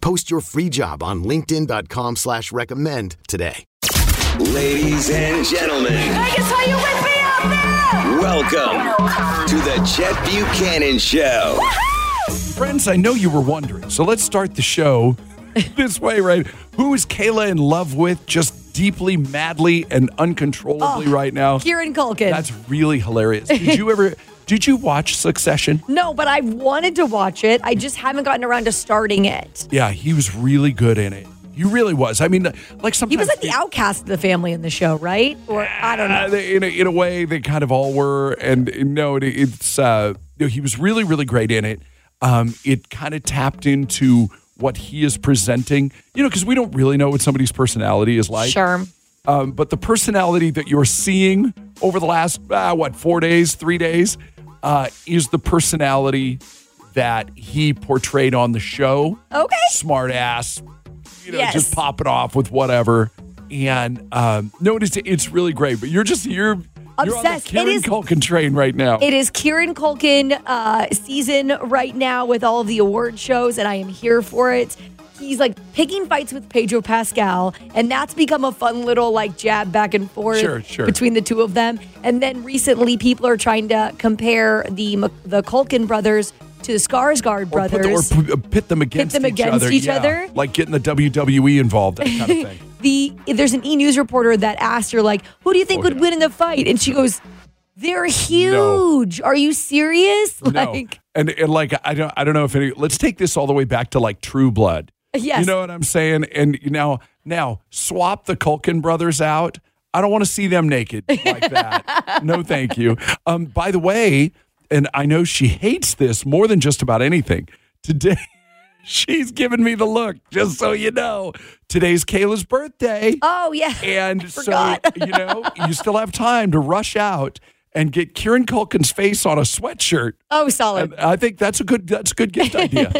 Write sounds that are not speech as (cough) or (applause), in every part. Post your free job on linkedin.com slash recommend today. Ladies and gentlemen, Vegas, are you with me out welcome to the Chet Buchanan Show. Friends, I know you were wondering, so let's start (laughs) the show this way, right? Who is Kayla in love with just deeply, madly, and uncontrollably right now? Oh, Kieran Culkin. That's really hilarious. Did you (laughs) ever did you watch Succession? no, but I've wanted to watch it. I just haven't gotten around to starting it. Yeah, he was really good in it. He really was. I mean, like sometimes He was like the outcast of the family in the show, right? Or I don't Uh, know. they, in, a, in a way, they kind of all were. And uh, no, it, it's uh, no, he was really, really great in it. Um, it kind of tapped into what he is presenting, you know, because we don't really know what somebody's personality is like. Sure. Um, but the personality that you're seeing over the last, uh, what, four days, three days, uh, is the personality that he portrayed on the show. Okay. Smart ass, you know, Yes. just pop it off with whatever. And um, no, it's, it's really great. But you're just, you're, you're on the Obsessed. It Kieran is- Culkin train right now. It is Kieran Culkin uh, season right now with all of the award shows, and I am here for it. He's like picking fights with Pedro Pascal, and that's become a fun little like jab back and forth Sure, sure. between the two of them. And then recently, people are trying to compare the M- the Culkin brothers to the Skarsgård Or put the- brothers. or p- pit them against, them each, against other. each Yeah. other? Like getting the WWE involved, (laughs) that kind of thing. the there's an E News reporter that asked her like, "Who do you think Oh, would yeah. win in the fight?" And she goes, "They're huge. Are you serious?" (laughs) Like, no. and and like I don't I don't know if any. Let's take this all the way back to like True Blood. Yes. you know what I'm saying. And now now swap the Culkin brothers out. I don't want to see (laughs) them naked like that. no, thank you. Um, by the way, and I know she hates this more than just about anything. Today, (laughs) she's giving me the look. Just so you know, today's Kayla's birthday. oh yeah. And so, forgot. (laughs) you know, you still have time to rush out and get Kieran Culkin's face on a sweatshirt. Oh, solid. And I think that's a good that's a good gift idea.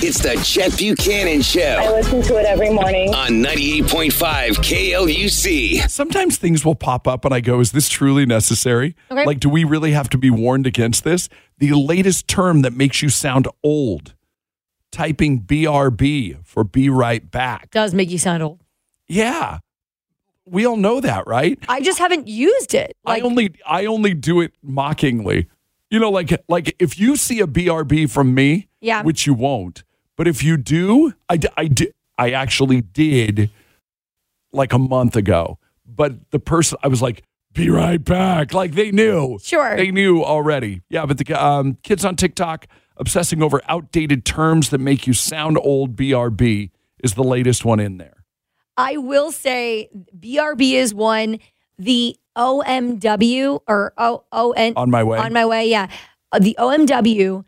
It's the Chet Buchanan I Show listen to it every morning. on 98.5 KLUC. Sometimes things will pop up and I go, is this truly necessary? Okay. Like, do we really have to be warned against this? The latest term that makes you sound old, typing BRB for be right back. does make you sound old. Yeah. We all know that, right? I just haven't used it. Like, I only I only do it mockingly. You know, like like if you see a BRB from me, Yeah. which you won't, but if you do, I d- I d- I actually did like a month ago. But the person I was like, be right back. Like they knew. Sure. They knew already. Yeah, but the um, kids on TikTok obsessing over outdated terms that make you sound old BRB is the latest one in there. I will say BRB is one. The OMW or O O N On my way. on my way, yeah. Uh, The OMW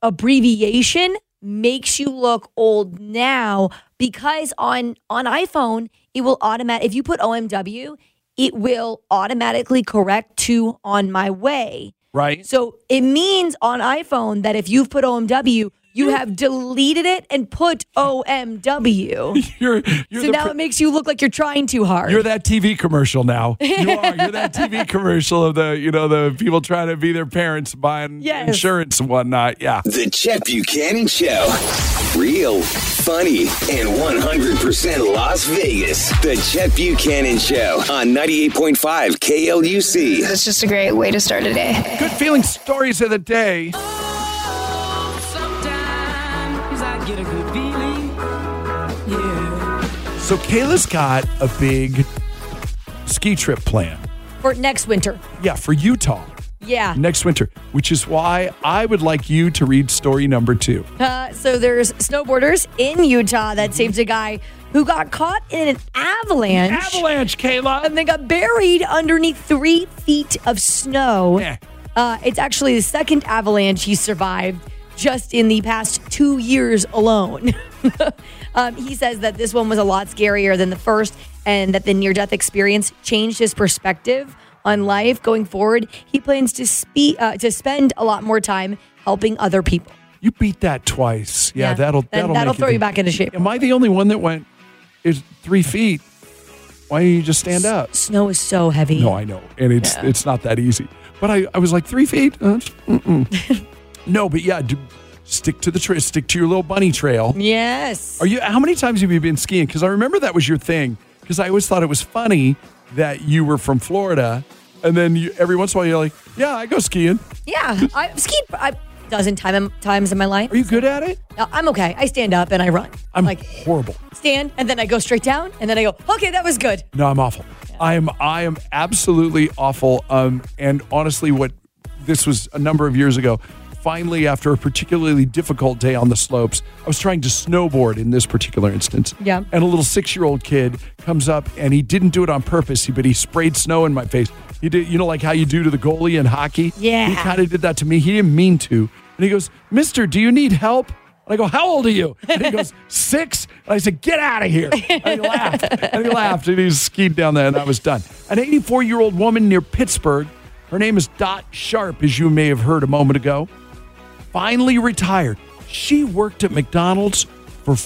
abbreviation makes you look old now because on on iPhone it will automatic if you put OMW, it will automatically correct to on my way. right? So it means on iPhone that if you've put OMW, you have deleted it and put OMW. (laughs) You're (laughs) you're so the now pre- it makes you look like you're trying too hard. You're that TV (laughs) commercial now. You are. You're that TV commercial of the, you know, the people trying to be their parents buying Yes. insurance and whatnot. Yeah. The Chet Buchanan Show. Real, funny, and 100% Las Vegas. The Chet Buchanan Show on 98.5 KLUC. It's just a great way to start a day. Good feeling stories of the day. Sometimes I get a good feeling. Yeah. So Kayla's got a big ski trip plan. for next winter. Yeah, for Utah Yeah. next winter, which is why I would like you to read story number two. Uh, so there's snowboarders in Utah that saved a guy who got caught in an avalanche. Avalanche, Kayla. and they got buried underneath three feet of snow. Yeah. Uh, it's actually the second avalanche he survived just in the past two years alone. (laughs) um, he says that this one was a lot scarier than the first, and that the near death experience changed his perspective on life going forward. He plans to spe- uh, to spend a lot more time helping other people. You beat that twice. Yeah, Yeah. that'll Then that'll that'll make throw you think. back into shape. Am I the only one that went? Is three feet? Why don't you just stand up? Snow is so heavy. No, I know, and it's it's not that easy. But I, I was like three feet. Uh, mm-mm. no, but yeah, do, stick to the trail. Stick to your little bunny trail. yes. Are you? How many times have you been skiing? Because I remember that was your thing. Because I always thought it was funny that you were from Florida, and then you, every once in a while you're like, "Yeah, I go skiing." yeah, I've skied a dozen time, times in my life. Are you good at it? Uh, I'm okay. I stand up and I run. I'm like horrible. stand and then I go straight down and then I go, okay, that was good. No, I'm awful. I am I am absolutely awful. Um, and honestly, what this was a number of years ago. Finally, after a particularly difficult day on the slopes, I was trying to snowboard in this particular instance. Yeah. And a little six-year-old kid comes up, and he didn't do it on purpose, but he sprayed snow in my face. He did, you know, like how you do to the goalie in hockey. Yeah. He kind of did that to me. He didn't mean to. And he goes, "Mister, do you need help?" And I go, "How old are you?" And he goes, six. And I said, "Get out of here!" And he laughed. And he laughed. And he skied down there, and that was done. An 84-year-old woman near Pittsburgh, her name is Dot Sharp, as you may have heard a moment ago, finally retired. She worked at McDonald's for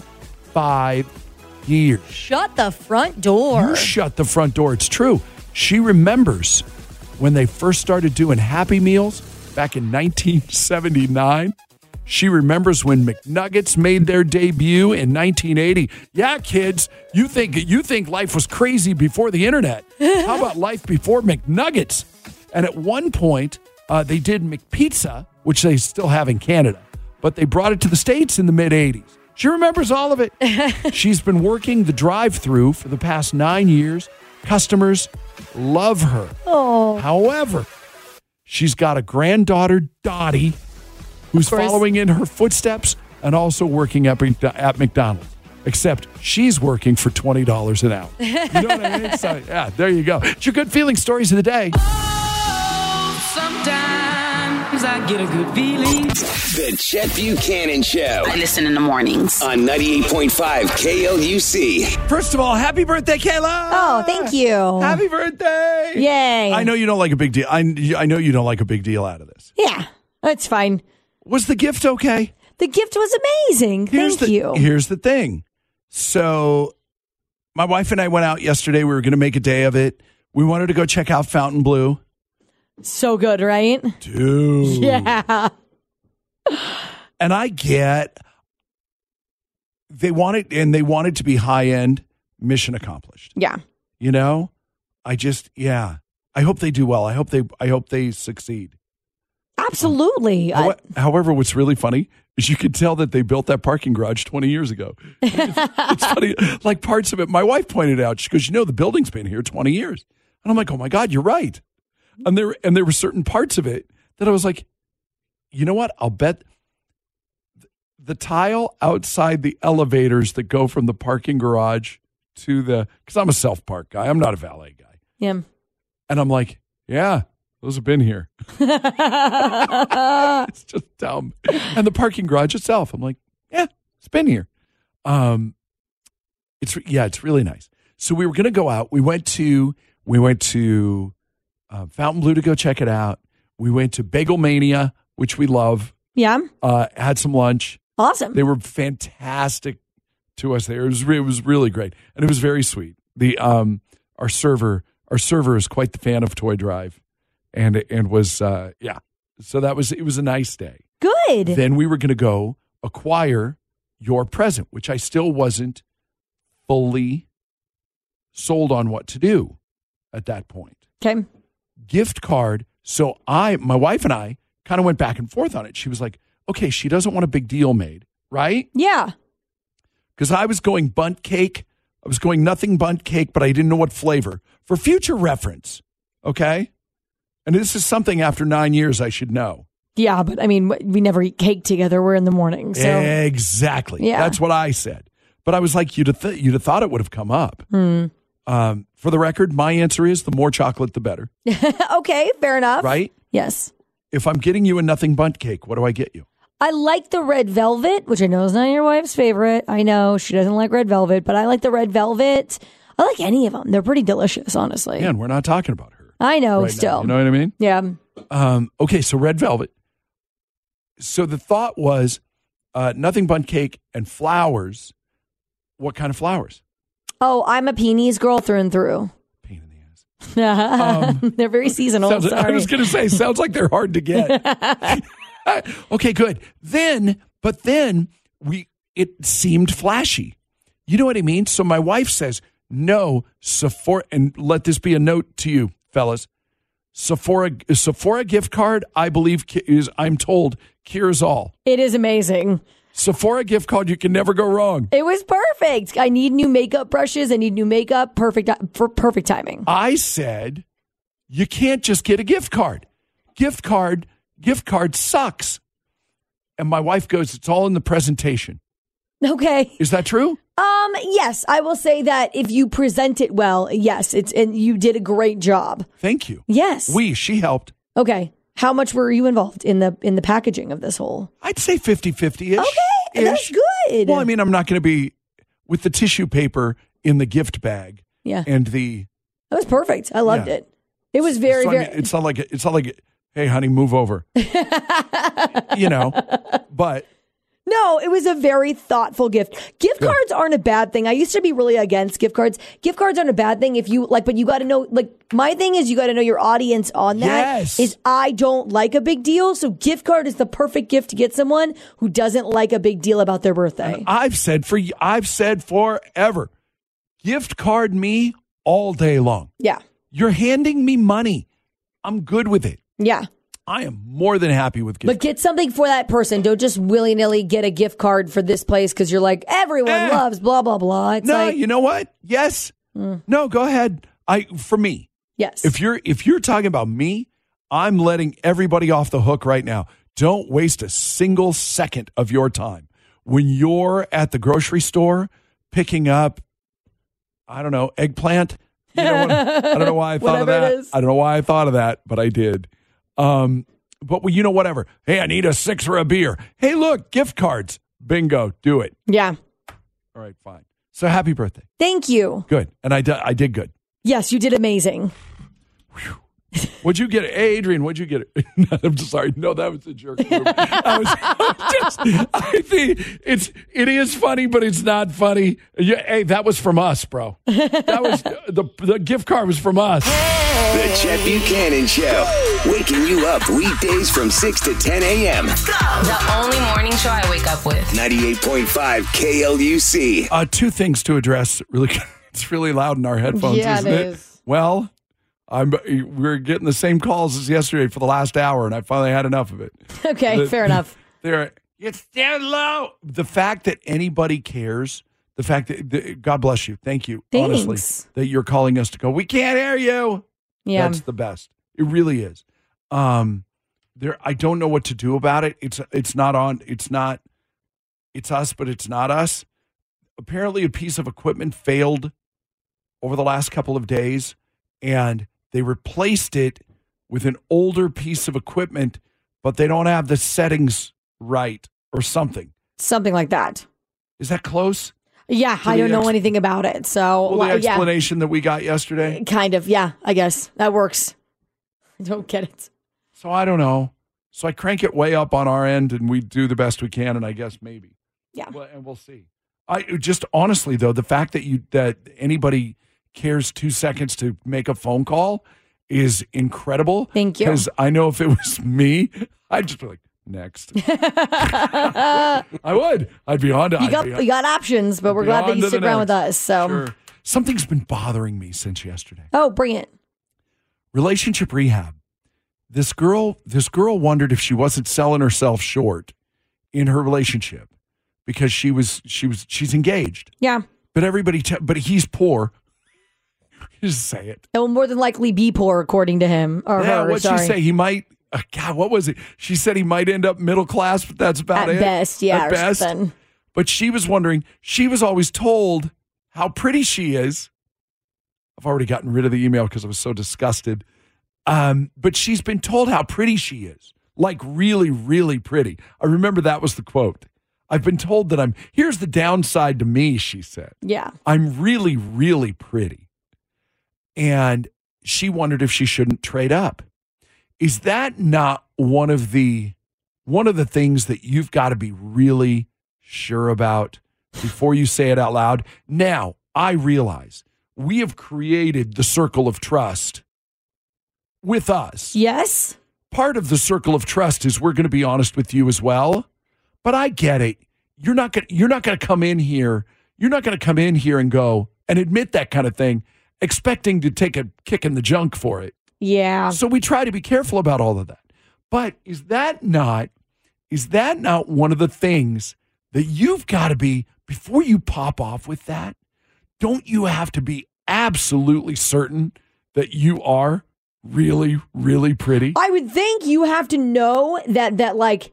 45 years. Shut the front door. You shut the front door. It's true. She remembers when they first started doing Happy Meals back in 1979. She remembers when McNuggets made their debut in 1980. Yeah, kids, you think you think life was crazy before the internet. How about life before McNuggets? And at one point, uh, they did McPizza, which they still have in Canada, but they brought it to the states in the mid 80s. She remembers all of it. She's been working the drive-through for the past 9 years. Customers love her. Oh. However, she's got a granddaughter, Dottie, who's course. following in her footsteps and also working at, Mc- at McDonald's. Except she's working for twenty dollars an hour. You know what I mean? So yeah, there you go. It's your good feeling stories of the day. Sometimes I get a good feeling. The Chet Buchanan Show I listen in the mornings. on 98.5 KLUC. First of all, happy birthday, Kayla! Oh, thank you. Happy birthday! Yay. I know you don't like a big deal. I, I know you don't like a big deal out of this. Yeah, that's fine. Was the gift okay? The gift was amazing. Here's Thank the, you. Here's the thing. So, my wife and I went out yesterday. We were going to make a day of it. We wanted to go check out Fountain Blue. So good, right? (laughs) Dude. Yeah. And I get they want it and they want it to be high end, mission accomplished. Yeah. You know? I just yeah. I hope they do well. I hope they I hope they succeed. Absolutely. I- Howe- However, what's really funny is you can tell that they built that parking garage 20 years ago. it's funny, like parts of it. My wife pointed out, she goes, "You know, the building's been here 20 years," and I'm like, "Oh my god, you're right." And there and there were certain parts of it that I was like, "You know what? I'll bet th- the tile outside the elevators that go from the parking garage to the because I'm a self park guy. I'm not a valet guy." yeah. (laughs) And I'm like, yeah, those have been here. (laughs) it's just dumb. And the parking garage itself, I'm like, yeah, it's been here. Um, it's re- yeah, it's really nice. So we were gonna go out. We went to we went to uh, Fountain Blue to go check it out. We went to Bagel Mania, which we love. Yeah. Uh, had some lunch. Awesome. They were fantastic to us there. It was re- it was really great, and it was very sweet. The um our server our server is quite the fan of Toy Drive, and and was uh yeah. So that was it was a nice day. good. Then we were going to go acquire your present, which I still wasn't fully sold on what to do at that point okay. gift card. So I, my wife and I kind of went back and forth on it. She was like, okay, she doesn't want a big deal made, right? Yeah. because I was going bunt cake. I was going nothing bunt cake, but I didn't know what flavor. For future reference, okay? And this is something after nine years I should know. Yeah, but I mean, we never eat cake together. We're in the morning, so exactly. Yeah. That's what I said. But I was like, you'd have, th- you'd have thought it would have come up. Hmm. Um, for the record, my answer is the more chocolate, the better, (laughs) okay, fair enough. right? Yes, If I'm getting you a nothing bunt cake, what do I get you? I like the red velvet, which I know is not your wife's favorite. I know she doesn't like red velvet, but I like the red velvet. I like any of them. They're pretty delicious, honestly. Man, we're not talking about her. I know. right now. still, You know what I mean? yeah. Um, okay, so red velvet. So the thought was uh, nothing bun cake and flowers. What kind of flowers? Oh, I'm a peonies girl through and through. Pain in the ass. (laughs) They're very seasonal. Sounds- I sorry. was going to say, sounds like they're hard to get. okay, good. Then, but then we it seemed flashy. You know what I mean? So my wife says, "No, Sephora." And let this be a note to you, fellas. Sephora Sephora gift card, I believe, ki- is I'm told cures all. it is amazing. Sephora gift card, you can never go wrong. It was perfect. I need new makeup brushes. I need new makeup. Perfect uh, for perfect timing. I said, you can't just get a gift card. Gift card, gift card sucks. And my wife goes, it's all in the presentation. Okay. Is that true? Um. Yes, I will say that if you present it well, yes, it's and you did a great job. Thank you. Yes. We, she helped. okay. How much were you involved in the in the packaging of this whole? I'd say 50 50 ish. Okay, that's good. Well, I mean, I'm not going to be with the tissue paper in the gift bag Yeah, that and the. was perfect. I loved Yeah. it. It was very So, I mean, very. it's not like, it's not like, hey, honey, move over. (laughs) you know, but No, it was a very thoughtful gift. Gift Good. cards aren't a bad thing. I used to be really against gift cards. Gift cards aren't a bad thing if you like, but you got to know, like, my thing is you got to know your audience on that. Yes. Is I don't like a big deal. So gift card is the perfect gift to get someone who doesn't like a big deal about their birthday. I've said for I've said forever, gift card me all day long. yeah. You're handing me money. I'm good with it. Yeah. I am more than happy with gift. But get something for that person. Don't just willy nilly get a gift card for this place because you're like, everyone Eh. loves blah, blah, blah. It's no, like, Mm. you know what? Yes. No, go ahead. I for me. yes. If you're if you're talking about me, I'm letting everybody off the hook right now. Don't waste a single second of your time when you're at the grocery store picking up I don't know, eggplant. You know what- I don't know (laughs) why I thought of Whatever it that. is. I don't know why I thought of that, but I did. Um, but well, you know whatever. Hey, I need a six for a beer. Hey, look, gift cards. Bingo, do it. yeah. All right, fine. So happy birthday. Thank you. Good. And I, di- I did good. Yes, you did amazing. (laughs) What'd you get? Hey, Adrian, what'd you get? (laughs) No, I'm just sorry. No, that was a jerk. move. I was just, I think it's, it is funny, but it's not funny. Yeah, hey, that was from us, bro. That was, (laughs) the, the gift card was from us. The Chet Buchanan Show. Waking you up weekdays from 6 to 10 a.m. The only morning show I wake up with. 98.5 KLUC. Uh, two things to address. Really, (laughs) it's really loud in our headphones, Yeah, it isn't it? is. Well, I'm, we're getting the same calls as yesterday for the last hour, and I finally had enough of it. Okay, The- fair enough. They're it's down low. The fact that anybody cares, the fact that the, God bless you, thank you, Thanks. honestly, that you're calling us to go. We can't hear you. Yeah. that's the best. It really is. Um, there, I don't know what to do about it. It's it's not on. It's not. It's us, but it's not us. Apparently, a piece of equipment failed over the last couple of days, and they replaced it with an older piece of equipment, but they don't have the settings right or something. Something like that. Is that close? Yeah, To I the don't know ex- anything about it. So, Well, the well, yeah, explanation that we got yesterday. kind of. Yeah, I guess that works. (laughs) I don't get it. So I don't know. So I crank it way up on our end, and we do the best we can, and I guess maybe. Yeah. (laughs) Well, (laughs) and we'll see. I just honestly though, the fact that you that anybody cares two seconds to make a phone call is incredible. Thank you. Because I know if it was me, I'd just be like, (laughs) next. I would. I'd be on to You I'd got be on- you got options, but we're be glad that on you to stick the around with next. us. So, Sure. something's been bothering me since yesterday. oh, bring it. relationship rehab this girl this girl wondered if she wasn't selling herself short in her relationship because she was she was she's engaged. Yeah. But everybody, te- but he's poor. (laughs) Just say it. It will more than likely be poor, according to him or yeah, her. what'd sorry. she say? He might. uh, God, what was it? She said he might end up middle class, but that's about At it. best, yeah, At or best. something. But she was wondering. She was always told how pretty she is. I've already gotten rid of the email because I was so disgusted. Um, but she's been told how pretty she is, like really, really pretty. I remember that was the quote. I've been told that I'm. Here's the downside to me, she said. Yeah. I'm really, really pretty. And she wondered if she shouldn't trade up. Is that not one of the one of the things that you've got to be really sure about before you say it out loud? Now, I realize we have created the circle of trust with us Yes. part of the circle of trust is we're going to be honest with you as well. But I get it. You're not going to you're not going to come in here. You're not going to come in here and go and admit that kind of thing expecting to take a kick in the junk for it. Yeah. So we try to be careful about all of that. But is that not is that not one of the things that you've got to be before you pop off with that? Don't you have to be absolutely certain that you are really really pretty? I would think you have to know that that like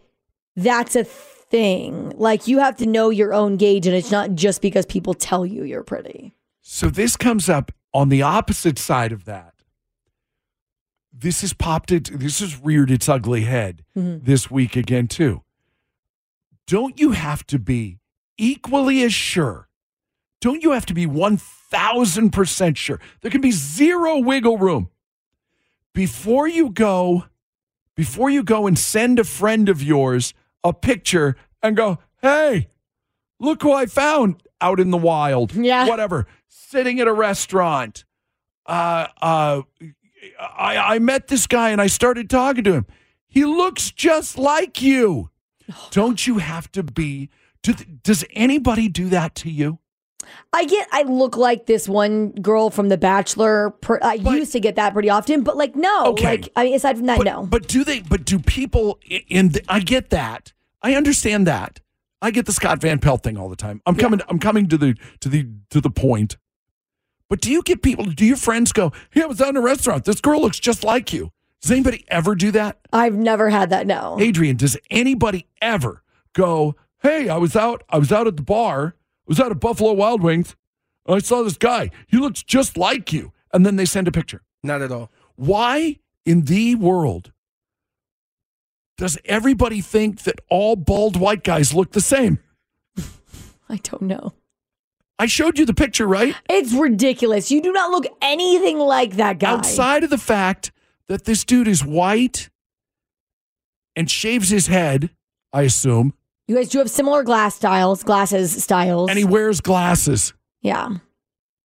that's a thing. Like you have to know your own gauge, and it's not just because people tell you you're pretty. So this comes up on the opposite side of that. This has popped it. This has reared its ugly head this week again too. Don't you have to be equally as sure? Don't you have to be one thousand percent sure? There can be zero wiggle room before you go. Before you go and send a friend of yours a picture and go, hey, look who I found out in the wild. Yeah. Whatever. Sitting at a restaurant. Uh, uh, I, I met this guy and I started talking to him. He looks just like you. Don't you have to be? Do, does anybody do that to you? I get I look like this one girl from The Bachelor. Per, I But- used to get that pretty often, but like no, Okay. like I mean, aside from that, but, no. But do they? But do people? i- In the, I get that. I understand that. I get the Scott Van Pelt thing all the time. I'm coming. I'm coming to the to the to the point. But do you get people? Do your friends go? Hey, I was out in a restaurant. This girl looks just like you. Does anybody ever do that? I've never had that. No. Adrian, does anybody ever go, "Hey, I was out. I was out at the bar. I was out at Buffalo Wild Wings. And I saw this guy. He looks just like you." And then they send a picture. Not at all. Why in the world does everybody think that all bald white guys look the same? I don't know. I showed you the picture, right? It's ridiculous. You do not look anything like that guy. Outside of the fact that this dude is white and shaves his head, I assume, You guys do have similar glass styles, glasses styles. and he wears glasses. yeah. (laughs)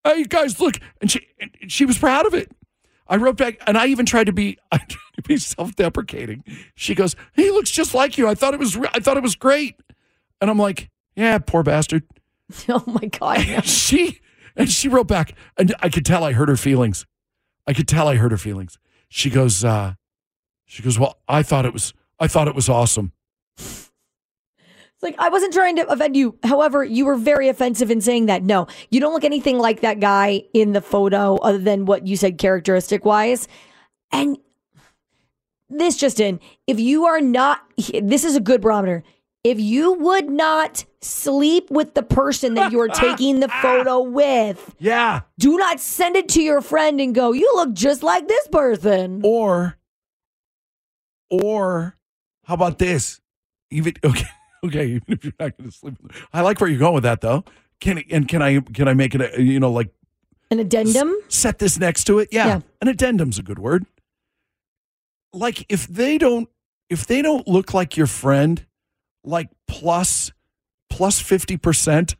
(laughs) Oh my god. no. (laughs) and she and she wrote back and i could tell i hurt her feelings i could tell i hurt her feelings she goes uh she goes well i thought it was i thought it was awesome It's like I wasn't trying to offend you. However, you were very offensive in saying that. No, you don't look anything like that guy in the photo, other than what you said characteristic wise. And this just in: if you are not, this is a good barometer. If you would not sleep with the person that you are taking the photo with, yeah do not send it to your friend and go, "You look just like this person." Or, or how about this? Even (laughs) okay, okay. Even if you're not going to sleep, with- I like where you're going with that though. Can and can I can I make it? A, you know, like An addendum. set this next to it. Yeah, Yeah. an addendum's a good word. Like if they don't if they don't look like your friend, like plus plus fifty percent.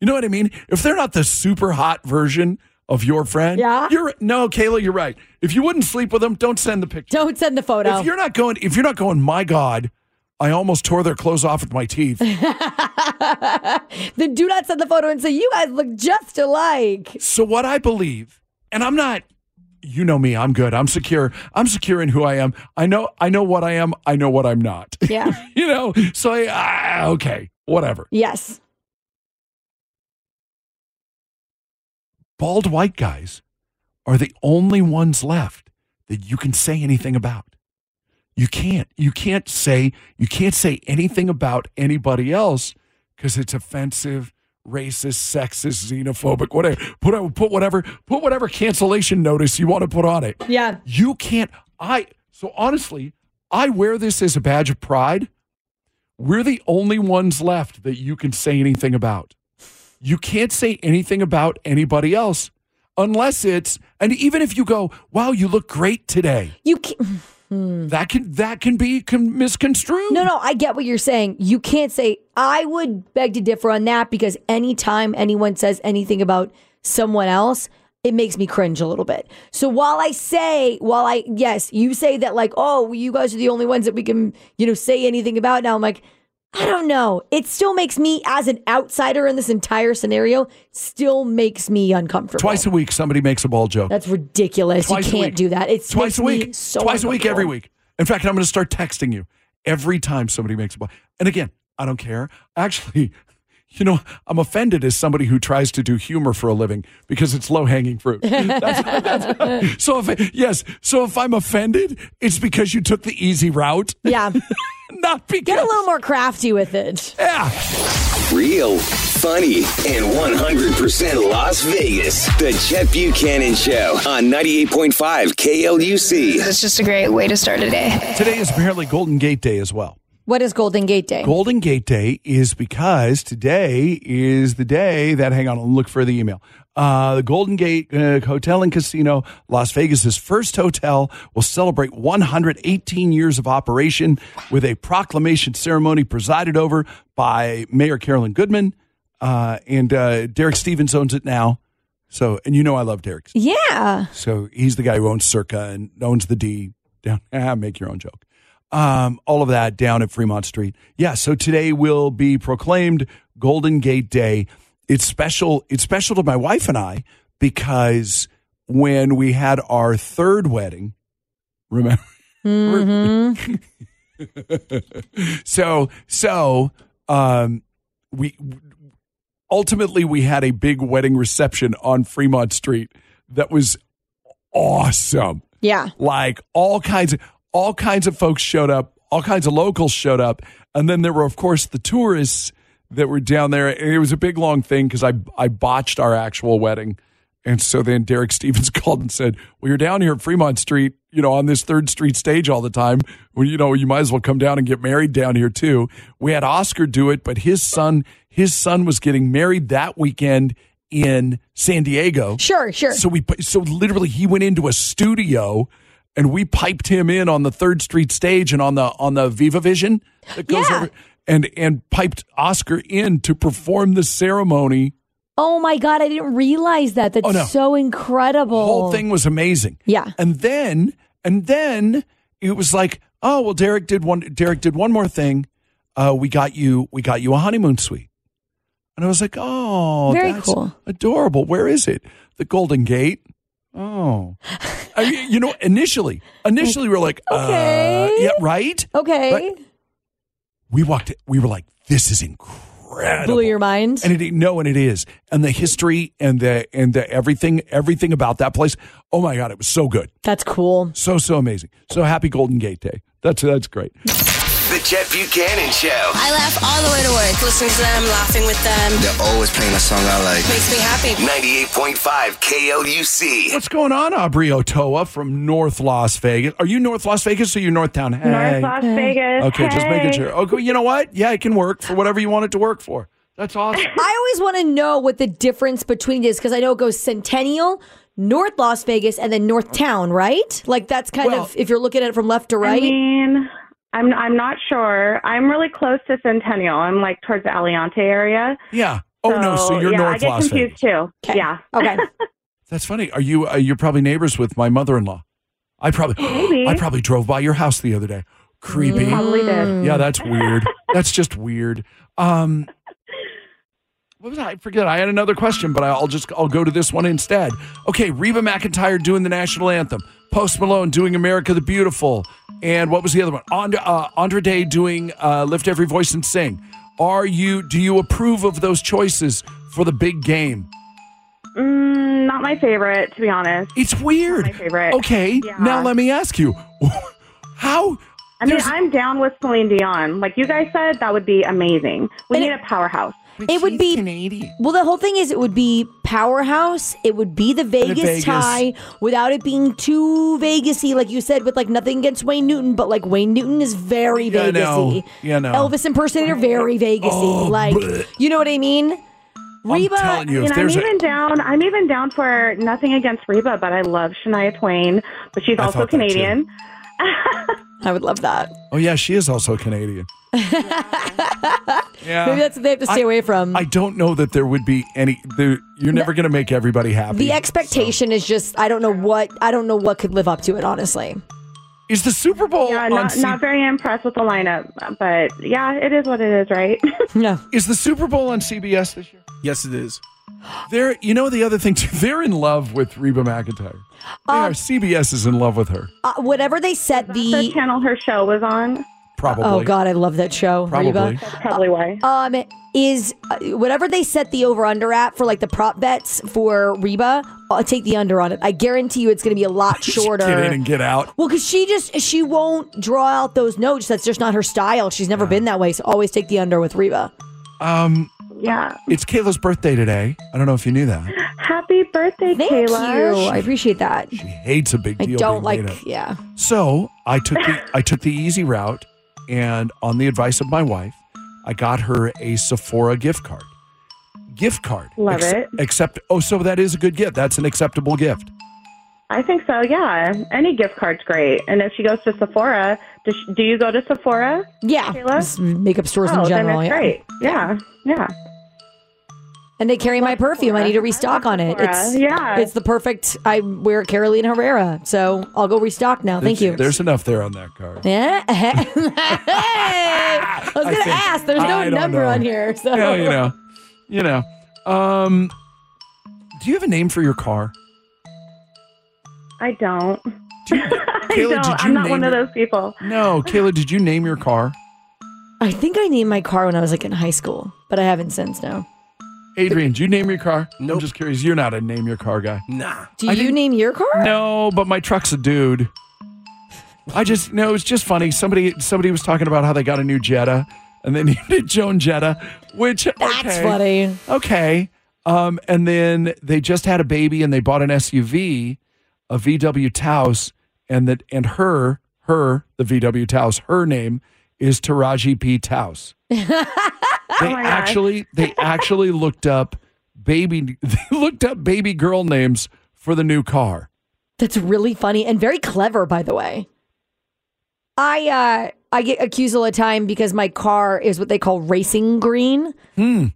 You know what I mean? If they're not the super hot version of your friend, Yeah. you're no, Kayla, you're right. If you wouldn't sleep with them, don't send the picture. Don't send the photo. If you're not going, if you're not going, my God, I almost tore their clothes off with my teeth. then do not send the photo and say you guys look just alike. so what I believe, and I'm not, you know me, I'm good, I'm secure, I'm secure in who I am. I know, I know what I am, I know what I'm not. (laughs) Yeah. you know, so I, ah, okay, whatever. Yes. Bald white guys are the only ones left that you can say anything about. You can't. You can't say you can't say anything about anybody else because it's offensive, racist, sexist, xenophobic, whatever. Put put whatever put whatever cancellation notice you want to put on it. Yeah. You can't. I so honestly, I wear this as a badge of pride. We're the only ones left that you can say anything about. You can't say anything about anybody else unless it's and even if you go, "Wow, you look great today." You can't. That can that can be con- misconstrued. Mm. No, no, I get what you're saying. You can't say, I would beg to differ on that because anytime anyone says anything about someone else, it makes me cringe a little bit. So while I say, while I, yes, you say that like, oh, you guys are the only ones that we can, you know, say anything about now. I'm like, I don't know. It still makes me, as an outsider in this entire scenario, still makes me uncomfortable. Twice a week somebody makes a ball joke. That's ridiculous. Twice a you can't week. do that. It's twice a makes me week. So twice a week every uncomfortable. week. In fact, I'm going to start texting you every time somebody makes a ball. And again, I don't care. Actually, (laughs) you know, I'm offended as somebody who tries to do humor for a living because it's low (laughs) hanging fruit. That's- that's- (laughs) so if yes, so if I'm offended, it's because you took the easy route, (laughs) Yeah. not because Get a little more crafty with it. yeah. Real, funny, and 100% Las Vegas. The Chet Buchanan Show on 98.5 KLUC. It's just a great way to start a day. Today is apparently Golden Gate Day as well. What is Golden Gate Day? Golden Gate Day is because today is the day that, hang on, I'll look for the email. Uh, the Golden Gate uh, Hotel and Casino, Las Vegas's first hotel, will celebrate 118 years of operation with a proclamation ceremony presided over by Mayor Carolyn Goodman. Uh, and uh, Derek Stevens owns it now. So, and you know I love Derek. Yeah. So he's the guy who owns Circa and owns the D down. (laughs) ah, make your own joke. Um, all of that down at Fremont Street. Yeah. So today will be proclaimed Golden Gate Day. It's special. It's special to my wife and I because when we had our third wedding, remember? (laughs) Mm-hmm. so so um, we ultimately we had a big wedding reception on Fremont Street that was awesome. Yeah. Like all kinds of all kinds of folks showed up, all kinds of locals showed up, and then there were of course the tourists that were down there. And it was a big long thing because I I botched our actual wedding. And so then Derek (laughs) Stevens called and said, "Well, you're down here at Fremont Street, you know, on this Third Street stage all the time. Well, you know, you might as well come down and get married down here too." We had Oscar do it, but his son, his son was getting married that weekend in San Diego. Sure, sure. So we pi- so literally he went into a studio and we piped him in on the Third Street stage and on the on the Viva Vision that goes Yeah. over and and piped Oscar in to perform the ceremony. oh my God, I didn't realize that. That's Oh, no. so incredible. The whole thing was amazing. Yeah. And then and then it was like, oh well Derek did one Derek did one more thing. Uh, we got you we got you a honeymoon suite. And I was like, oh Very that's cool. adorable. Where is it? The Golden Gate. Oh. I mean, you know, initially, initially we are like, uh, Okay. yeah, right? Okay. But- We walked in- we were like, this is incredible. Blew your mind. And it no, and it is. And the history and the and the everything, everything about that place. Oh my God, it was so good. That's cool. So, so amazing. So happy Golden Gate Day. That's that's great. The Chet Buchanan Show. I laugh all the way to work, listening to them, laughing with them. They're always playing a song I like. Makes me happy. 98.5 KLUC. What's going on, Aubrey Otoa from North Las Vegas? Are you North Las Vegas or you North Town? Hey. North Las Vegas. okay, just making Hey. sure. Okay, you know what? Yeah, it can work for whatever you want it to work for. That's (laughs) awesome. I always want to know what the difference between is because I know it goes Centennial, North Las Vegas, and then North Town, right? Like that's kind Well- of if you're looking at it from left to right. I mean, I'm I'm not sure. I'm really close to Centennial. I'm like towards the Aliante area. Yeah. Oh no, so you're yeah, I North get Las confused Vegas. too. Okay. Yeah, (laughs) Okay. That's funny. Are you? Uh, you're probably neighbors with my mother-in-law. I probably, (gasps) Maybe. Mm-hmm. I probably drove by your house the other day. Creepy. probably did. Yeah, that's weird. that's just weird. Um, what was I? I forget. I had another question, but I'll just I'll go to this one instead. Okay, Reba McIntyre doing the national anthem. Post Malone doing "America the Beautiful," and what was the other one? And, uh, Andre Day doing uh, "Lift Every Voice and Sing." Are you? Do you approve of those choices for the big game? Mm, not my favorite, to be honest. It's weird. my favorite. Okay, Yeah. now let me ask you, (laughs) how? I mean, I'm down with Celine Dion. Like you guys said, that would be amazing. We need a powerhouse. it would be Well, the whole thing is it would be powerhouse. It would be the Vegas, Vegas. tie without it being too Vegasy, like you said, with like nothing against Wayne Newton, but like Wayne Newton is very Yeah, I know. Vegasy. Yeah, I know. Oh, Elvis impersonator, very Vegasy. like bleh. you know what I mean? Reba, telling you, I mean, if I'm there's a- even down. I'm even down for nothing against Reba, but I love Shania Twain, but she's I also thought that too. Canadian. I would love that. Oh yeah, she is (laughs) also Canadian. yeah. Maybe that's what they have to stay I- away from. I don't know that there would be any. There, you're never going to make everybody happy. the expectation is just I don't know what I don't know what could live up to it. Honestly, (laughs) is the Super Bowl Yeah, on not, C- not very impressed with the lineup, but yeah, it is what it is, right? no. is the Super Bowl on CBS this year? Yes, it is. They're, you know, the other thing too. (laughs) They're in love with Reba McIntyre. They Um, are. CBS is in love with her. Uh, whatever they set the the. channel her show was on. Probably. Oh (laughs) God, I love that show. Probably. Reba. That's probably why. um is uh, whatever they set the over under at for like the prop bets for Reba, I'll take the under on it. I guarantee you it's going to be a lot (laughs) shorter. Get in and get out. well, because she just she won't draw out those notes. That's just not her style. She's never been that way. So always take the under with Reba. Um, Yeah. it's Kayla's birthday today. I don't know if you knew that. Happy birthday, Thank Kayla. you. I appreciate that. She hates a big I deal. don't like. being made of. Yeah. So I took the I took the easy route, and on the advice of my wife, I got her a Sephora gift card. Gift card. Love it. Except oh, so that is a good gift. That's an acceptable gift. I think so. Yeah, any gift card's great. And if she goes to Sephora, does she, do you go to Sephora? Yeah. Kayla? Just Makeup stores in oh, general. then that's yeah. great. Yeah, yeah. And they carry my perfume. I need to restock on it. Sephora. It's Yeah. It's the perfect. I wear Carolina Herrera, so I'll go restock now. Thank you. (laughs) There's enough there on that (laughs) card. Yeah. I was gonna think- ask. There's no I don't number know. on here, so Yeah, you know, you know. Um, do you have a name for your car? I don't. Do you, (laughs) I Kayla, don't. did you I'm not name one of your- those people. No, Kayla, did you name your car? I think I named my car when I was like in high school, but I haven't since. No. Adrian, did you name your car? I'm Nope. just curious. You're not a name your car guy. Nah. Do I you didn't- name your car? No, but my truck's a dude. I just no, it's just funny. Somebody somebody was talking about how they got a new Jetta and they (laughs) named it Joan Jetta, which That's okay, funny. Okay. Um, and then they just had a baby and they bought an SUV, a VW Taos, and that and her, her, the VW Taos, her name is Taraji P. (laughs) Taos. they Oh gosh. actually they actually looked up baby (laughs) they looked up baby girl names for the new car. That's really funny and very clever, by the way. I uh I get accused all the time because my car is what they call racing green.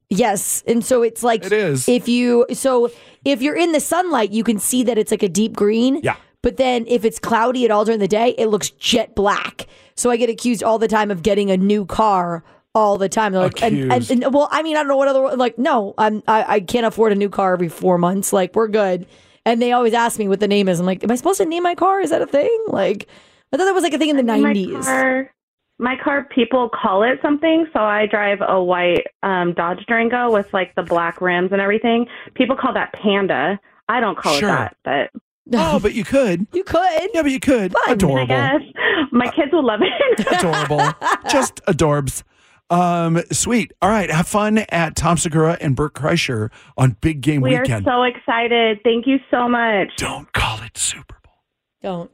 Yes, and so it's like Hmm. It is. if you so if you're in the sunlight, you can see that it's like a deep green. (laughs) Yeah. But then if it's cloudy at all during the day, it looks jet black. So I get accused all the time of getting a new car all the time. They're like, and, and, Accused. and- well, I mean, I don't know what other like. No, I'm I, I can't afford a new car every four months. Like we're good. And they always ask me what the name is. I'm like, am I supposed to name my car? Is that a thing? Like, I thought that was like a thing in the My '90s. (laughs) car, my car, people call it something. So I drive a white um, Dodge Durango with like the black rims and everything. People call that Panda. I don't call Sure. it that, but Oh, but you could. You could. Yeah, but you could. I (laughs) Adorable. guess my kids will love it. Adorable. Just adorbs. Um, sweet. All right. Have fun at Tom Segura and Burt Kreischer on Big Game we Weekend. are so excited. Thank you so much. Don't call it Super Bowl. Don't.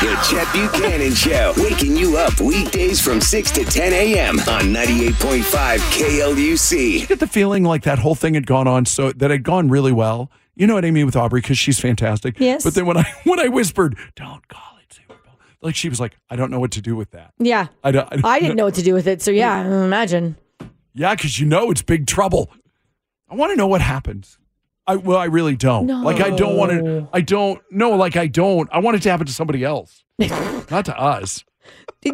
The Chet Buchanan Show, waking you up weekdays from 6 to 10 a.m. on 98.5 KLUC. get the feeling like that whole thing had gone on so that had gone really well. You know what I mean with Aubrey because she's fantastic. Yes. But then when I (laughs) when I whispered, "Don't call it Super Bowl," like she was like, "I don't know what to do with that." Yeah. I don't. I, don't I didn't know what to do with it. So yeah, I imagine. Yeah, because you know it's big trouble. I want to know what happens. I well, I really don't. Like I don't want to. I don't. No, like I don't. I want it to happen to somebody (laughs) else, not to us.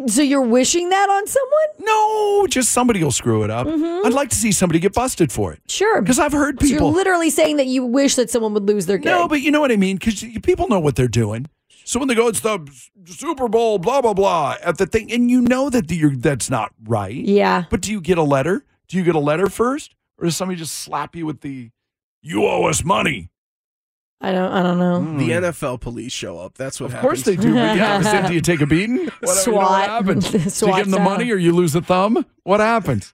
So you're wishing that on someone? No, just somebody will screw it up. I'd like to see somebody get busted for it. Mm-hmm. Sure. Because I've heard So you're people. literally saying that you wish that someone would lose their kid. No, but you know what I mean. Because people know what they're doing. So when they go, it's the Super Bowl, blah blah blah, at the thing, and you know that you're that's not right. Yeah. But do you get a letter? Do you get a letter first, or does somebody just slap you with the "you owe us money"? I don't. I don't Mm. know. The NFL police show up. That's what. Of course they do. But yeah, but then do you take (laughs) a beating? What, You know what SWAT. (laughs) happens? Do you SWAT give them the style. money, or you lose a thumb? What happens?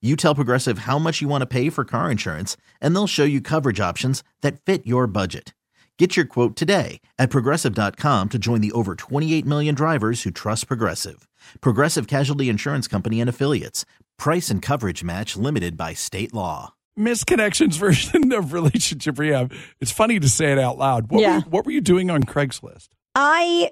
You tell Progressive how much you want to pay for car insurance, and they'll show you coverage options that fit your budget. Get your quote today at progressive.com to join the over 28 million drivers who trust Progressive. Progressive Casualty Insurance Company and Affiliates. Price and coverage match limited by state law. Misconnections (laughs) version of relationship rehab. It's funny to say it out loud. What, were, Yeah. you, what were you doing on Craigslist? I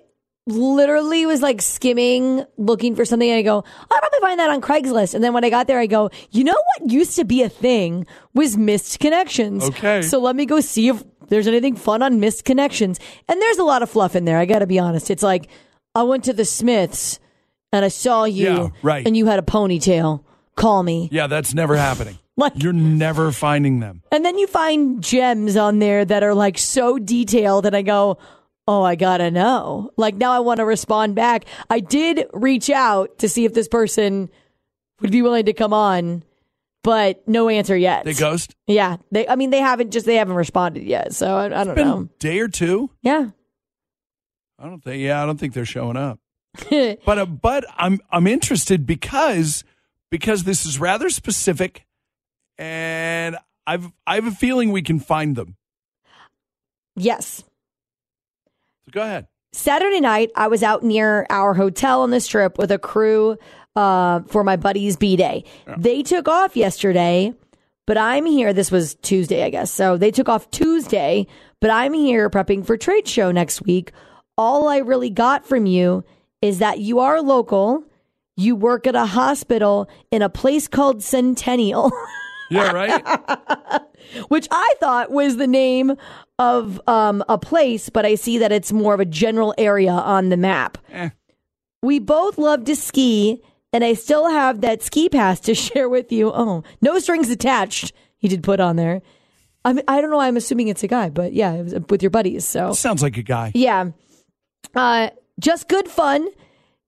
literally was like skimming, looking for something, and I go, "Oh, I'll probably find that on Craigslist. And then when I got there, I go, you know what used to be a thing was missed connections. Okay. So let me go see if there's anything fun on missed connections. And there's a lot of fluff in there. I got to be honest. It's like, I went to the Smiths and I saw you. Yeah, right. And you had a ponytail. Call me. Yeah, that's (laughs) never happening. You're never finding them. And then you find gems on there that are like so detailed, and I go, oh, I gotta know. Like now I want to respond back. I did reach out to see if this person would be willing to come on, but no answer yet. They ghost? Yeah, they. I mean, they haven't just they haven't responded yet, so I, I don't Been know. day or two. Yeah, I don't think. Yeah, I don't think they're showing up. but uh, but I'm I'm interested because because this is rather specific, and I've I have a feeling we can find them. (laughs) yes. So go ahead. Saturday night, I was out near our hotel on this trip with a crew uh, for my buddy's B day. They took off yesterday, but I'm here. This was Tuesday, I guess. So they took off Tuesday, but I'm here prepping for trade show next week. All I really got from you is that you are local. You work at a hospital in a place called Centennial. (laughs) Yeah, (laughs) right. which I thought was the name of um, a place, but I see that it's more of a general area on the map. We both love to ski, and I still have that ski pass to (laughs) share with you. Oh, no strings attached. He did put on there. I mean, I don't know. why I'm assuming it's a guy, but yeah, it was uh, with your buddies. So Sounds like a guy. yeah. Uh, just good fun.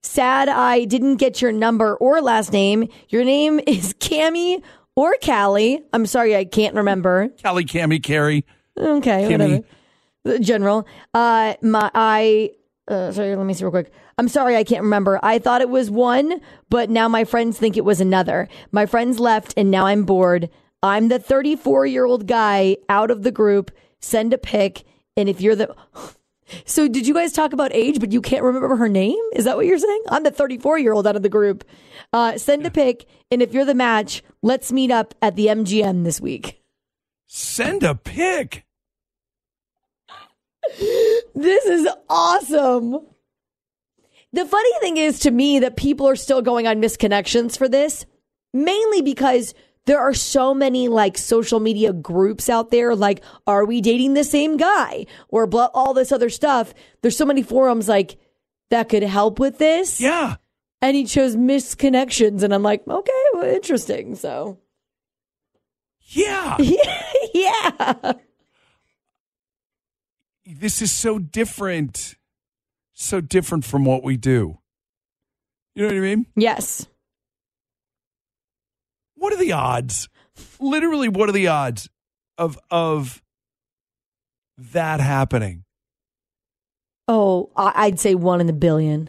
Sad I didn't get your number or last name. Your name is Cammy or Callie. I'm sorry, I can't remember. Callie, Cammy, Carrie. Okay, Kimmy. whatever. The General. Uh, my I. Uh, sorry, let me see real quick. I'm sorry, I can't remember. I thought it was one, but now my friends think it was another. My friends left, and now I'm bored. I'm the 34 year old guy out of the group. Send a pic, and if you're the. (sighs) So did you guys talk about age, but you can't remember her name? Is that what you're saying? I'm the 34 year old out of the group. Uh, send a pic, and if you're the match, let's meet up at the MGM this week. Send a pic. This is awesome. The funny thing is to me that people are still going on misconnections for this, mainly because there are so many like social media groups out there, like, are we dating the same guy? Or blah, all this other stuff. There's so many forums like that could help with this. Yeah. and he chose missed connections, and I'm like, okay, well, interesting. So (laughs) yeah, yeah, this is so different, so different from what we do. You know what I mean? Yes. What are the odds? Literally, what are the odds of of that happening? Oh, I- I'd say one in a billion.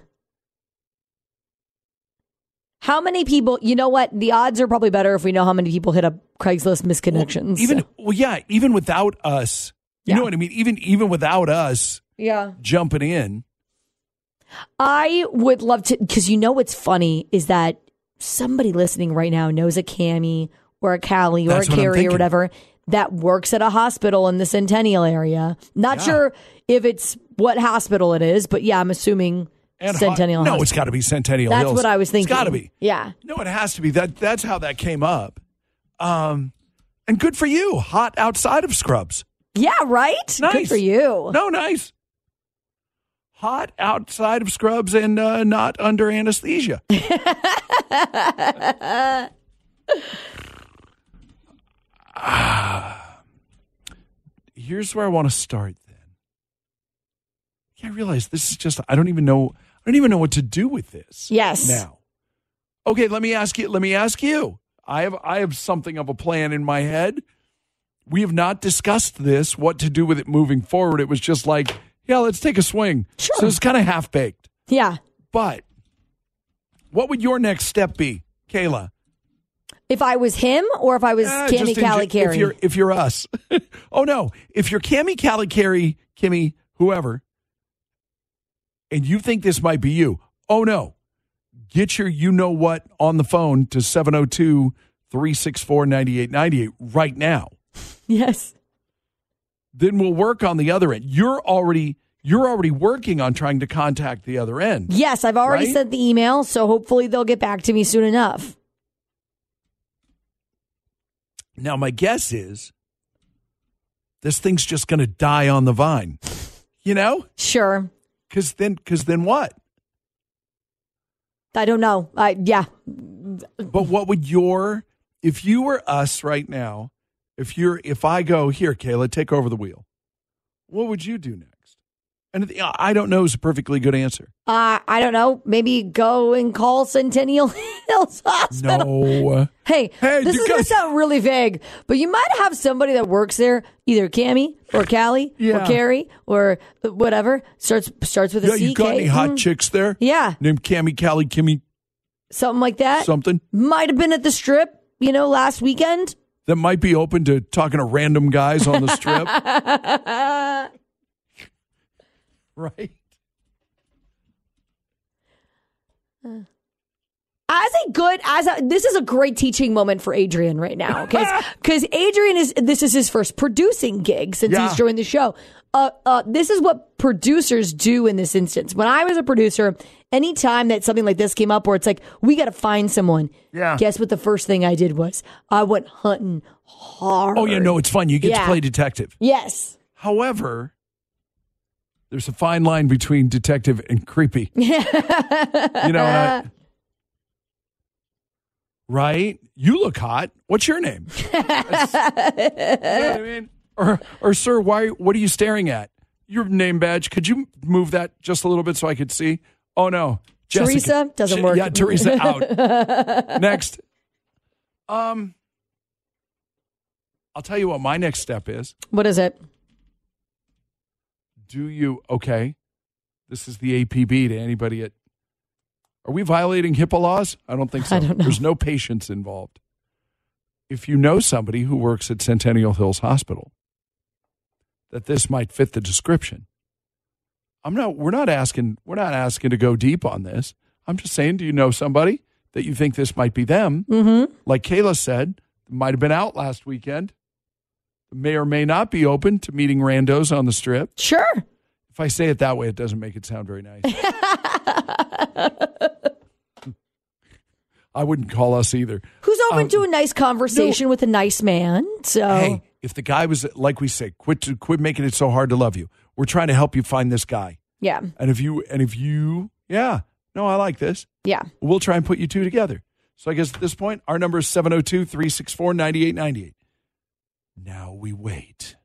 How many people? You know what? The odds are probably better if we know how many people hit up Craigslist misconnections. Even well, yeah, even without us, you know what I mean. Even even without us yeah. jumping in, I would love to because you know what's funny is that somebody listening right now knows a Cammy or a Callie or That's a what I'm Carrie or thinking. whatever that works at a hospital in the Centennial area. Not sure if it's what hospital it is, but yeah, I'm assuming ho- Centennial. no, hospital. it's got to be Centennial That's Hills. what I was thinking. It's got to be. Yeah. No, it has to be. That that's how that came up. Um, and good for you. Hot outside of Scrubs. Yeah, right? Good Nice. for you. No, nice. Hot outside of Scrubs and uh, not under anesthesia. (sighs) Ah. here's where I want to start. Then Yeah, I realize this is just. I don't even know. I don't even know what to do with this. Yes. Now, okay. Let me ask you. Let me ask you. I have. I have something of a plan in my head. We have not discussed this. What to do with it moving forward? It was just like, yeah, let's take a swing. Sure. So it's kind of half baked. Yeah. But what would your next step be, Kayla? If I was him or if I was Ah, Cammy just in- Callie Carrie. If you're if you're us, (laughs) oh no, if you're Cammy Callie Carrie, Kimmy, whoever, and you think this might be you, oh no, get your you know what on the phone to 702-364-9898 right now. Yes. Then we'll work on the other end. You're already you're already working on trying to contact the other end. Yes, I've already Right? sent the email, so hopefully they'll get back to me soon enough. Now, my guess is this thing's just going to die on the vine, you know? Sure. Because then, because then what? I don't know. I yeah. But what would your, if you were us right now, if you're, if I go here, Kayla, take over the wheel, what would you do next? And the- I don't know is a perfectly good answer. Uh, I don't know. Maybe go and call Centennial (laughs) Hills Hospital. No. Hey, Hey, this you is going to guys- sound really vague, but you might have somebody that works there, either Cammy or Callie or Yeah. Carrie or whatever. Starts starts with a Yeah, you got CK. any hot Mm, chicks there? Yeah. Named Cammy, Callie, Kimmy, something like that. something Might have been at the strip, you know, last weekend. (laughs) that might be open to talking to random guys on the strip. right. as a good as a, this is a great teaching moment for Adrian right now (laughs) because Adrian is this is his first producing gig since Yeah. he's joined the show. Uh, uh, this is what producers do in this instance. When I was a producer, anytime that something like this came up where it's like we got to find someone, Yeah. Guess what? The first thing I did was I went hunting hard. Oh, yeah, no, it's fun. You get Yeah. to play detective. Yes. (laughs) However, there's a fine line between detective and creepy. You know, and I- right? You look hot. What's (laughs) your name? I mean? Or, or sir, why? What are you staring at? Your name badge. Could you move that just a little bit so I could see? Oh no, Jessica. Teresa doesn't Sh- work. Yeah, Teresa (laughs) out. Next, um, I'll tell you what my next step is. What is it? Do you okay? This is the APB to anybody at. Are we violating HIPAA laws? I don't think (laughs) so. I don't know. There's no patients involved. If you know somebody who works at Centennial Hills Hospital, that this might fit the description. I'm not. We're not asking. We're not asking to go deep on this. I'm just saying. Do you know somebody that you think this might be them? Mm-hmm. like Kayla said, might have been out last weekend, may or may not be open to meeting randos on the strip. Sure. If I say it that way, it doesn't make it sound very (laughs) nice. I wouldn't call us either. (laughs) Who's open Um, to a nice conversation with a nice man? So Hey, if the guy was like we said, quit quit making it so hard to love you. We're trying to help you find this guy. yeah. And if you and if you yeah, no, I like this. Yeah. We'll try and put you two together. So I guess at this point, our number is 702 364 9898. Now we wait.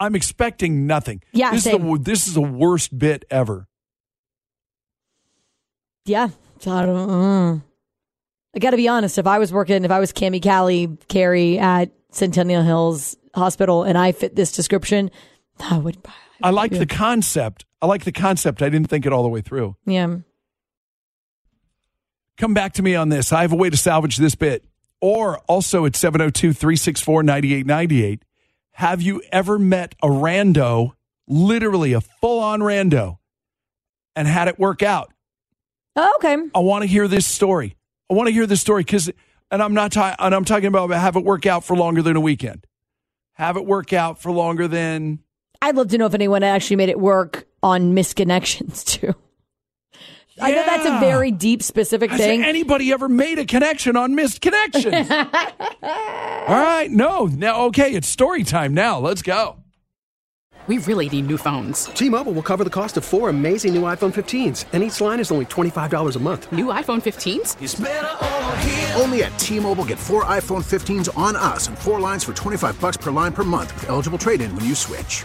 I'm expecting nothing. Yeah, This, Is, same. the, wo- this is the worst bit ever. Yeah. So I don't. mm. I got to be honest. If I was working, if I was Cami Callie Carey at Centennial Hills Hospital, and I fit this description, I would. I like the concept. I like the concept. I didn't think it all the way through. Yeah. Come back to me on this. I have a way to salvage this bit. Or also at 702 364 9898. Have you ever met a rando, literally a full on rando, and had it work out? Oh, okay. I want to hear this story. I want to hear this story because, and I'm not, ta- and I'm talking about have it work out for longer than a weekend. Have it work out for longer than I'd love to know if anyone actually made it work on misconnections (laughs) too. I know that's a Yeah. very deep, specific Has thing. anybody ever made a connection on missed connections? All right, no, now okay, it's story time now. Let's go. We really need new phones. T-Mobile will cover the cost of four amazing new iPhone 15s, and each line is only twenty-five dollars a month. New iPhone 15s? Only at T-Mobile, get four iPhone 15s on us and four lines for 25 bucks per line per month with eligible trade-in when you switch.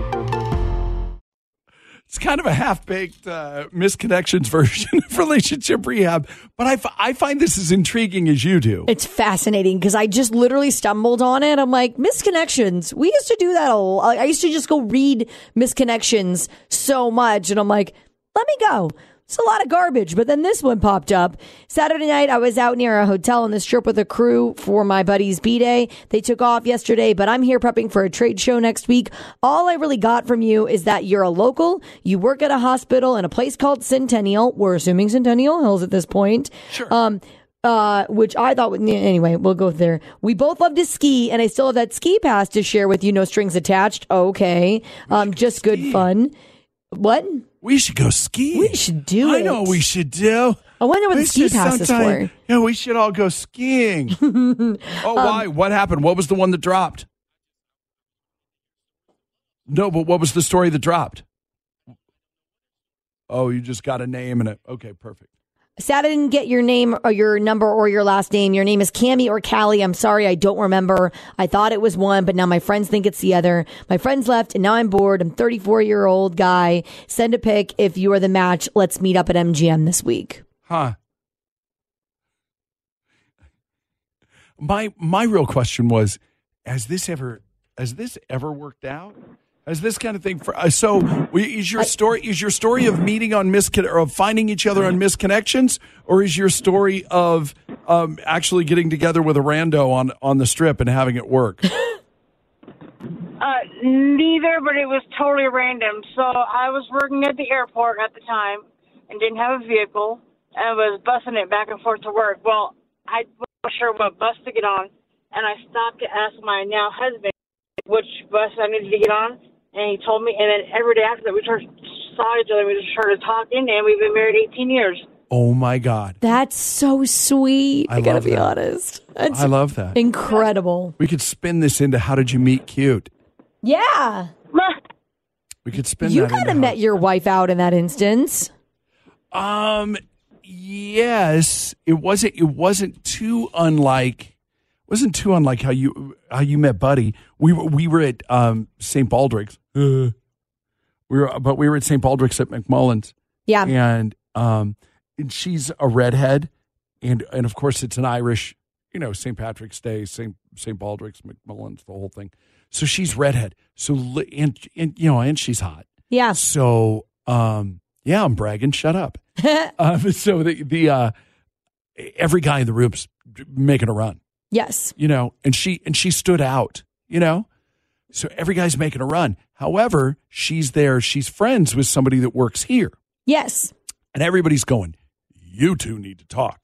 It's kind of a half baked uh, misconnections version of relationship rehab, but I, f- I find this as intriguing as you do. It's fascinating because I just literally stumbled on it. I'm like, misconnections. We used to do that a lot. I used to just go read misconnections so much. And I'm like, let me go. It's a lot of garbage. But then this one popped up. Saturday night, I was out near a hotel on this trip with a crew for my buddy's B Day. They took off yesterday, but I'm here prepping for a trade show next week. All I really got from you is that you're a local, you work at a hospital in a place called Centennial. We're assuming Centennial Hills at this point. Sure. Um, uh, which I thought would, anyway, we'll go there. We both love to ski, and I still have that ski pass to share with you, no strings attached. Okay. Um, just good fun. What? We should go ski. We should do I it. know what we should do. I wonder what We the ski should pass is sometime- for. Um, Yeah, we should all (laughs) go skiing. oh, why? What happened? What was the one that dropped? No, but what was the story that dropped? Oh, you just got a name and it. Okay, perfect. Sad I didn't get your name or your number or your last name. Your name is Cammy or Callie. I'm sorry, I don't remember. I thought it was one, but now my friends think it's the other. My friends left, and now I'm bored. I'm 34 year old guy. Send a pic if you are the match. Let's meet up at MGM this week. Huh. My my real question was, has this ever has this ever worked out? Has this kind of thing for uh, so we- is your story is your story of meeting on miscon or of finding each other on misconnections, or is your story of um, actually getting together with a rando on on the strip and having it work? Uh, neither, but it was totally random. So I was working at the airport at the time and didn't have a vehicle and I was busing it back and forth to work. Well, I wasn't sure what bus to get on, and I stopped to ask my now husband which bus I needed to get on, and he told me. And then every day after that, we started, saw each other, we just started talking, and we've been married 18 years. Oh my god, That's so sweet. I, gotta love be that. honest. That's I love that. Incredible. We could spin this into how did you meet cute? Yeah. We could spin You that kind into of met your wife out in that instance. Um, yes, it wasn't. It wasn't too unlike. Wasn't too unlike how you how you met Buddy. We were we were at um St. (laughs) Baldrick's. Uh, we were, but we were at St. Baldrick's at McMullen's. Yeah. and um, and she's a redhead, and and of course it's an Irish, you know, St. Patrick's Day, St. St. Baldrick's, McMullen's, the whole thing. So she's redhead. So li- and and you know, and she's hot. Yeah. So um, yeah, I'm bragging. Shut up. um, so the the uh, every guy in the room's making a run, Yes. you know, and she and she stood out, you know. So every guy's making a run. However, she's there. She's friends with somebody that works here, Yes. and everybody's going. You two need to talk.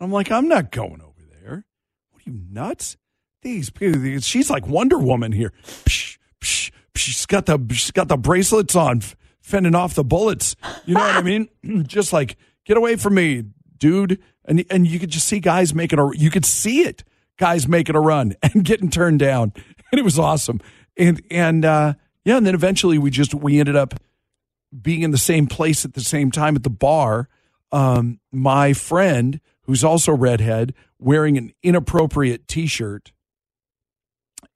I'm like, I'm not going over there. What are you nuts? These people. these- She's like Wonder Woman here. Psh, psh, psh, she's got the she's got the bracelets on, f- fending off the bullets. You know what I mean? (clears throat) just like get away from me, dude. And and you could just see guys making a you could see it. Guys making a run (laughs) and getting turned down, and it was awesome. And and uh, yeah, and then eventually we just we ended up being in the same place at the same time at the bar, um, my friend, who's also redhead, wearing an inappropriate T-shirt,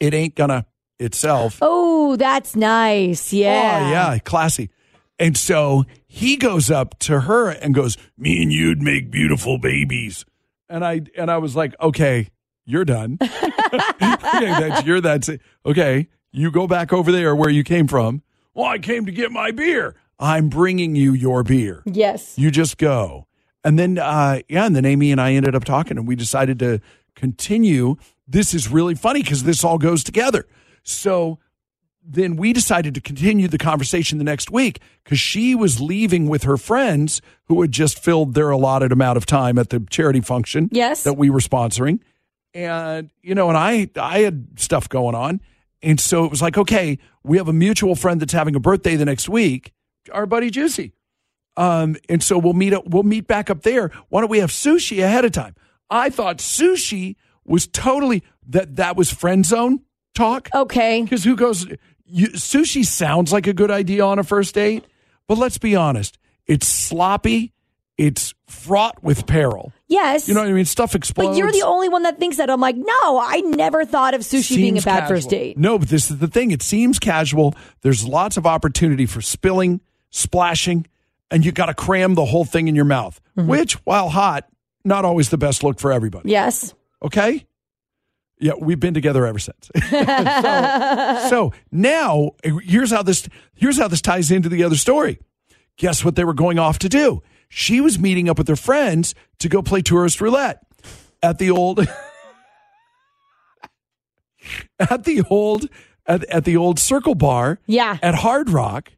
it ain't gonna itself. Oh, that's nice. Yeah. Oh, yeah, classy. And so he goes up to her and goes, "Me and you'd make beautiful babies." And I and I was like, "Okay, you're done. (laughs) okay, that's you're that's it. Okay, you go back over there where you came from. Well, I came to get my beer. I'm bringing you your beer. Yes. You just go. And then, uh, yeah, and then Amy and I ended up talking and we decided to continue. This is really funny because this all goes together. So then we decided to continue the conversation the next week because she was leaving with her friends who had just filled their allotted amount of time at the charity function Yes. that we were sponsoring. And, you know, and I, I had stuff going on. And so it was like, okay, we have a mutual friend that's having a birthday the next week, our buddy Juicy. Um, and so we'll meet up. We'll meet back up there. Why don't we have sushi ahead of time? I thought sushi was totally that. That was friend zone Oh. talk. Okay. Because who goes? You, sushi sounds like a good idea on a first date, but let's be honest. It's sloppy. It's fraught with peril. Yes. You know what I mean? Stuff explodes. But you're the only one that thinks that. I'm like, no, I never thought of sushi being a Seems bad casual. first date. No, but this is the thing. It seems casual. There's lots of opportunity for spilling, splashing, and you got to cram the whole thing in your mouth, Mm-hmm. which, while hot, not always the best look for everybody. Yes. Okay? Yeah, we've been together ever since. so, so now here's how this here's how this ties into the other story. Guess what they were going off to do? She was meeting up with her friends to go play tourist roulette at the old (laughs) at the old at, at the old circle bar yeah at hard rock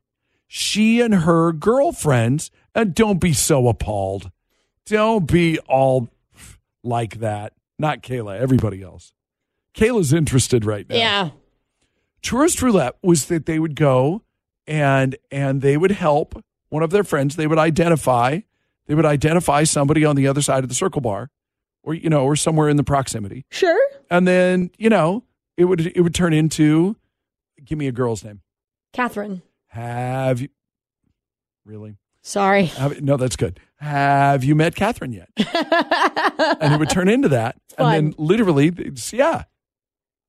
she and her girlfriends and don't be so appalled don't be all like that not kayla everybody else kayla's interested right now Yeah. tourist roulette was that they would go and and they would help one of their friends they would identify they would identify somebody on the other side of the circle bar or you know or somewhere in the proximity Sure. and then you know it would it would turn into give me a girl's name Catherine. have you really Sorry. have, no that's good have you met catherine yet and it would turn into that and then literally it's, yeah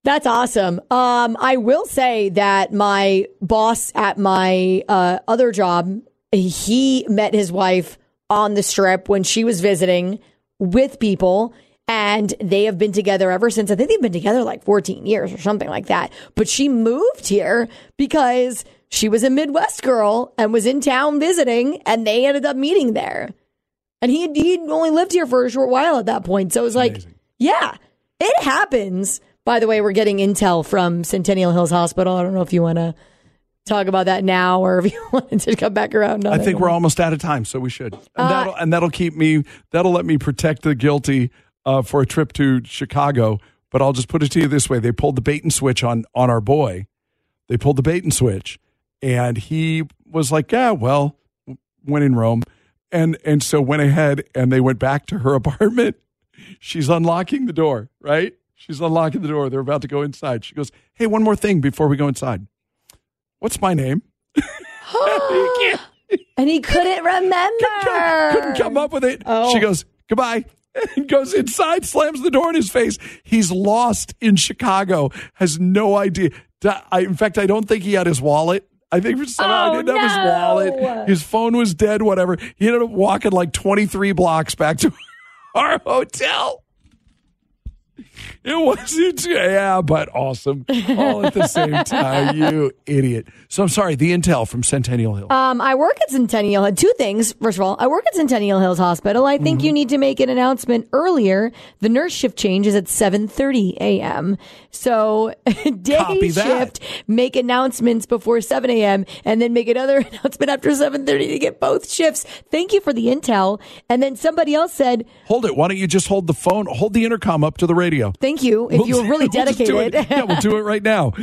That's awesome. Um, I will say that my boss at my uh, other job, he met his wife on the strip when she was visiting with people, and they have been together ever since. I think they've been together like 14 years or something like that. But she moved here because she was a Midwest girl and was in town visiting, and they ended up meeting there. And he he only lived here for a short while at that point. So it was like, yeah, it happens. By the way, we're getting intel from Centennial Hills Hospital. I don't know if you want to talk about that now or if (laughs) you wanted to come back around. i think we're (gasps) (laughs) almost out of time so we should and, Uh, that'll, and that'll keep me that'll let me protect the guilty uh, for a trip to chicago but i'll just put it to you this way they pulled the bait and switch on on our boy they pulled the bait and switch and he was like yeah well when in rome and and so went ahead and they went back to her (laughs) apartment she's unlocking the door right she's unlocking the door they're about to go inside she goes hey one more thing before we go inside what's my name and he couldn't remember. Couldn't come up with it. She goes, goodbye. (laughs) And goes inside, slams the door in his face. He's lost in Chicago, has no idea. Da- I, in fact, I don't think he had his wallet. I think for Oh, somehow he didn't have his wallet. His phone was dead, whatever. He ended up walking like 23 blocks back to (laughs) our hotel. It wasn't, yeah, but awesome all at the same time. You idiot. So I'm sorry, the intel from Centennial Hill. Um, I work at Centennial Hill. Two things. First of all, I work at Centennial Hills Hospital. I think Mm-hmm. you need to make an announcement earlier. The nurse shift change is at 7.30 a.m. So (laughs) day Copy that. shift, make announcements before 7 a.m. and then make another (laughs) announcement after 7.30 to get both shifts. Thank you for the intel. And then somebody else said, Hold it. Why don't you just hold the phone, hold the intercom up to the radio? thank you if We'll- you were really (laughs) we'll just do dedicated. it. Yeah, we'll do it (laughs) right now.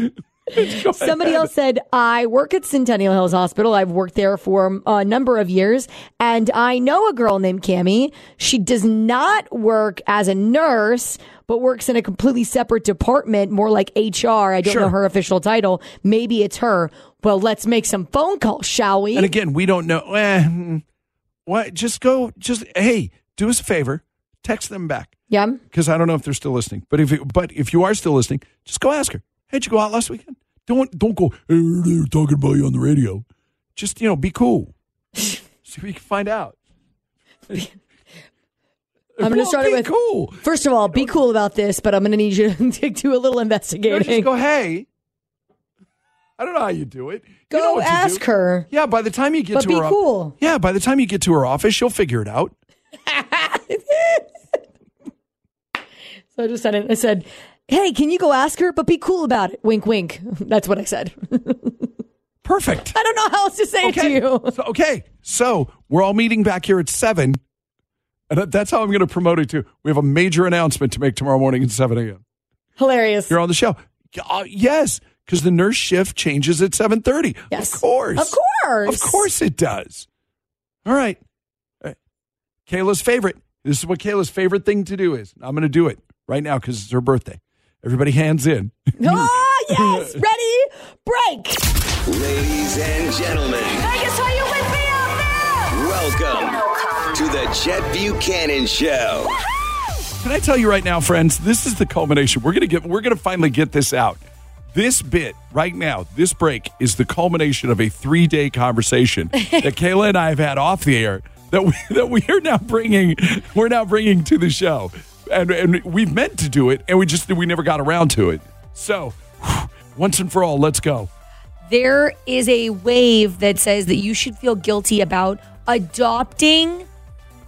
Somebody (laughs) else said, I work at Centennial Hills Hospital. I've worked there for uh, a number of years, and I know a girl named Cammie. She does not work as a nurse, but works in a completely separate department, more like HR. I don't know Sure. her official title. Maybe it's her. Well, let's make some phone calls, shall we? And again, we don't know. Eh, hmm. what? Just go. Just hey, do us a favor. Text them back yeah. because I don't know if they're still listening. But if it, but if you are still listening, just go ask her. Hey, did you go out last weekend? Don't don't go. Hey, they're talking about you on the radio. Just you know, (laughs) be cool. See if you can find out. I'm going to Well, start it be with cool. First of all, be cool about this, but I'm going to need you (laughs) to do a little investigating. (laughs) just go, hey. I don't know how you do it. Go ask her. Yeah, by the time you get But to be her o- cool. Yeah, by the time you get to her office, she'll figure it out. (laughs) So I just said it. I said, "Hey, can you go ask her? But be cool about it." Wink, wink. (laughs) That's what I said. (laughs) Perfect. I don't know how else to say okay. it to you. (laughs) So, okay. So we're all meeting back here at seven. And that- that's how I'm going to promote it to. We have a major announcement to make tomorrow morning at 7 a.m. Hilarious. You're on the show. Uh, yes, because the nurse shift changes at 7.30. Yes. Of course. Of course. Of course it does. All right. All right. Kayla's favorite. This is what Kayla's favorite thing to do is. I'm going to do it right now because it's her birthday. Everybody hands in. Ah, (laughs) yes. Ready? Break. Ladies and gentlemen. Vegas, are you with me Welcome to the Chet Buchanan Show. Can I tell you right now, friends? This is the culmination. We're gonna get. We're gonna finally get this out. This bit right now, this break is the culmination of a three-day conversation that Kayla and I have had off the air that we (laughs) that we are now bringing. We're now bringing to the show, and and we've meant to do it, and we just we never got around to it. So, whew, once and for all, let's go. There is a wave that says that you should feel guilty about adopting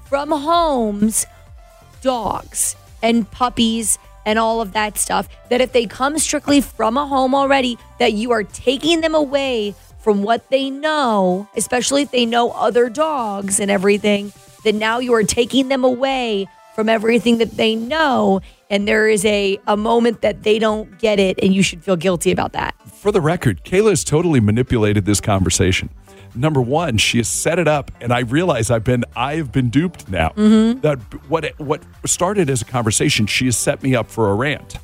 from homes dogs and puppies and all of that stuff. That if they come strictly from a home already, that you are taking them away from what they know, especially if they know other dogs and everything, that now you are taking them away from everything that they know. And there is a, a moment that they don't get it, and you should feel guilty about that. for the record, Kayla has totally manipulated this conversation. Number one, she has set it up, and I realize I've been I have been duped now. Mm-hmm. That what what started as a conversation, she has set me up for (laughs) a rant.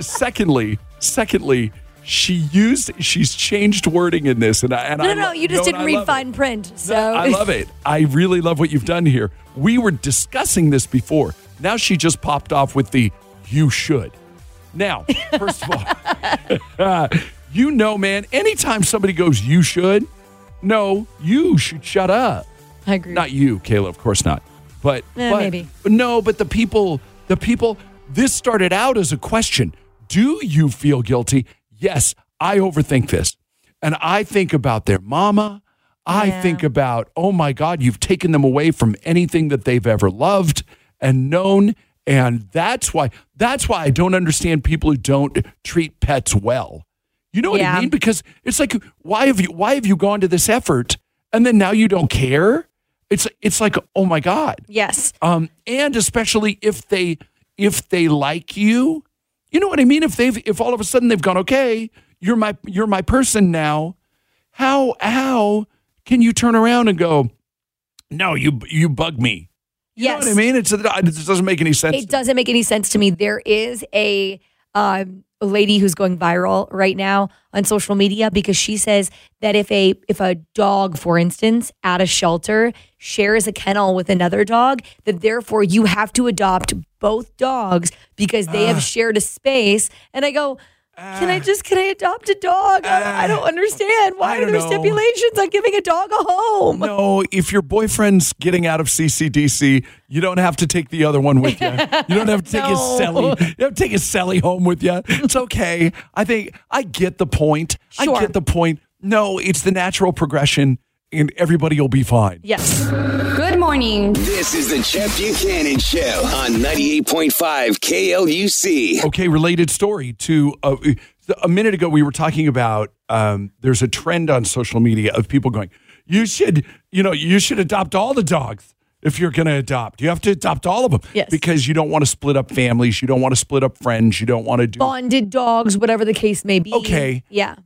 secondly, secondly, she used she's changed wording in this, and I and No, I no, no, lo- you just and didn't I read love it. fine print. So I love it. I really love what you've done here. We were discussing this before. Now she just popped off with the you should. Now, first of all, uh, (laughs) you know, man, anytime somebody goes, you should, no, you should shut up. (laughs) I agree. Not you, Kayla, of course not. But, Eh, but- maybe. No, but the people, the people, this started out as a question. Do you feel guilty? Yes, I overthink this. And I think about their mama. I think about, oh my God, you've taken them away from anything that they've ever loved and known. And that's why that's why I don't understand people who don't treat pets well. You know what Yeah. I mean? Because it's like, why have you why have you gone to this effort and then now you don't care? It's it's like, oh my God. Yes. Um, and especially if they if they like you, you know what I mean. If they've if all of a sudden they've gone, okay, you're my you're my person now. How how can you turn around and go? No, you you bug me. You Yes. know what I mean. It's it doesn't make any sense. It doesn't make any sense to me. There is a um, lady who's going viral right now on social media because she says that if a if a dog, for instance, at a shelter shares a kennel with another dog, that therefore you have to adopt both dogs because they Ah. have shared a space. And I go. Can I just can I adopt a dog? I I don't understand. Why are Ah. don't there know. stipulations on giving a dog a home? No, if your boyfriend's getting out of CCDC, you don't have to take the other one with you. You don't have to take (laughs) his No. celly. You don't take his celly home with you. It's okay. I think I get the point. I get the point. No, it's the natural progression, and everybody will be fine. Yes. Good morning. This is the Chet Buchanan Show on 98.5 KLUC. (laughs) Okay, related story to uh, a minute ago, we were talking about um, there's a trend on social media of people going, you should, you know, you should adopt all the dogs if you're going to adopt. You have to adopt all of them Yes. because you don't want to split up families, you don't want to split up friends, you don't want to do. Bonded dogs, whatever the case may be. Okay. Yeah.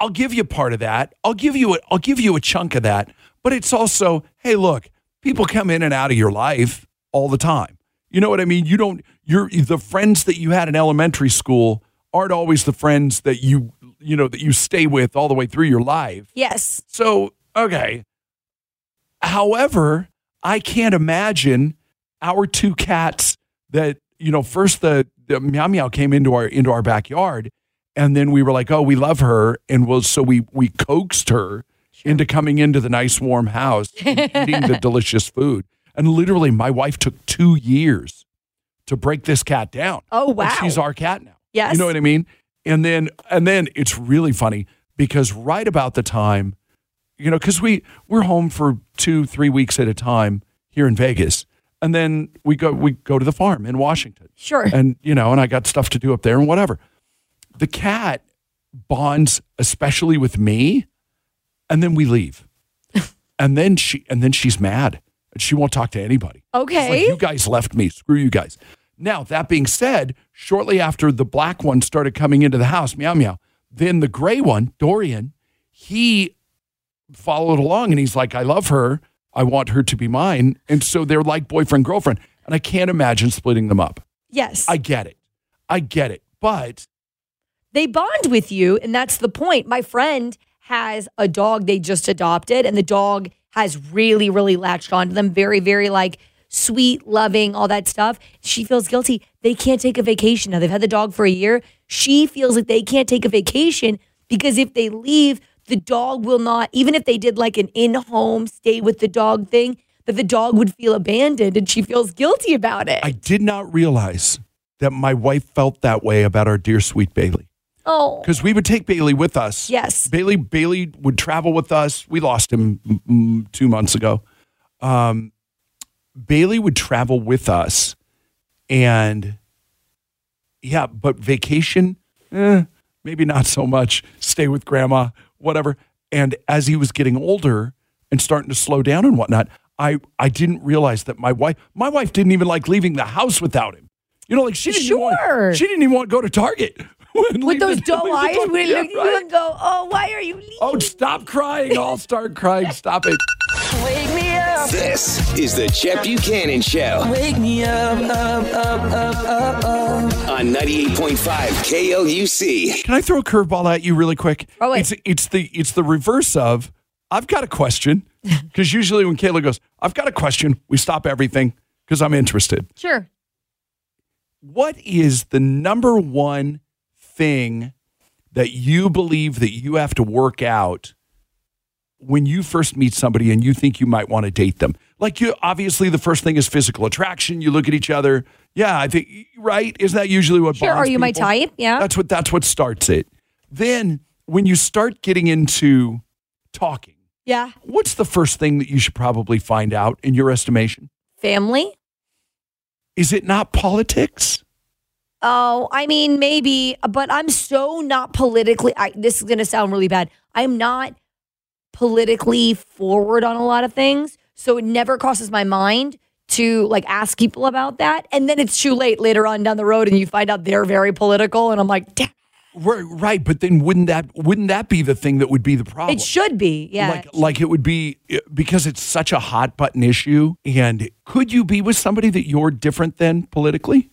I'll give you part of that. I'll give you a, I'll give you a chunk of that. But it's also, hey, look, people come in and out of your life all the time. You know what I mean? You don't you're the friends that you had in elementary school aren't always the friends that you you know that you stay with all the way through your life. Yes. So, okay. However, I can't imagine our two cats that, you know, first the, the meow meow came into our into our backyard and then we were like, "Oh, we love her." And well, so we we coaxed her into coming into the nice warm house and eating (laughs) the delicious food. And literally my wife took 2 years to break this cat down. Oh, And wow. she's our cat now. Yes. You know what I mean? And then and then it's really funny because right about the time, you know, because we we're home for two, three weeks at a time here in Vegas. And then we go we go to the farm in Washington. Sure. And you know, and I got stuff to do up there and whatever. The cat bonds especially with me, and then (laughs) we leave. and then she and then she's mad. And she won't talk to anybody. She's like, Okay. you guys left me. Screw you guys. Now, that being said, shortly after the black one started coming into the house, meow meow, then the gray one, Dorian, he followed along and he's like, I love her. I want her to be mine. And so they're like boyfriend, girlfriend. And I can't imagine splitting them up. yes. I get it. I get it. But they bond with you, and that's the point. My friend has a dog they just adopted, and the dog has really, really latched onto them. Very, very like sweet, loving, all that stuff. She feels guilty. They can't take a vacation now. They've had the dog for a year. She feels like they can't take a vacation because if they leave, the dog will not, even if they did like an in home stay with the dog thing, that the dog would feel abandoned and she feels guilty about it. I did not realize that my wife felt that way about our dear sweet Bailey. oh, because we would take Bailey with us. Yes. Bailey Bailey would travel with us. We lost him mm, mm, two months ago. Um, Bailey would travel with us, and yeah, but vacation, eh, maybe not so much. Stay with grandma, whatever. And as he was getting older and starting to slow down and whatnot, I I didn't realize that my wife my wife didn't even like leaving the house without him. You know, like she didn't even Sure. want she didn't even want to go to Target. (laughs) when with leave those the- doe leave the eyes, dog- we Yeah, look at you right. and go, oh, why are you leaving? Oh, (laughs) stop crying. I'll start crying. Stop it. Wake me up. This is the Chet Buchanan Show Wake me up, up, up, up, up, up. on 98.5 KLUC. Can I throw a curveball at you really quick? Oh, Throw it. It's, it's the it's the reverse of I've got (laughs) a question because usually when Kayla goes, I've got a question, we stop everything because I'm interested. Sure. What is the number one thing that you believe that you have to work out when you first meet somebody and you think you might want to date them? Like you obviously the first thing is physical attraction. You look at each other. Yeah, I think right. Isn't that usually what Sure, bonds are you my people? type? Yeah. That's what that's what starts it. Then when you start getting into talking, Yeah. what's the first thing that you should probably find out in your estimation? Family? Is it not politics? Oh, I mean, maybe, but I'm so not politically. I, this is going to sound really bad. I'm not politically forward on a lot of things. So it never crosses my mind to like ask people about that. And then it's too late later on down the road and you find out they're very political. And I'm like, damn, Right, right, but then wouldn't that wouldn't that be the thing that would be the problem? it should be. Yeah. Like like it would be eh, because it's such a hot button issue and could you be with somebody that you're different than politically?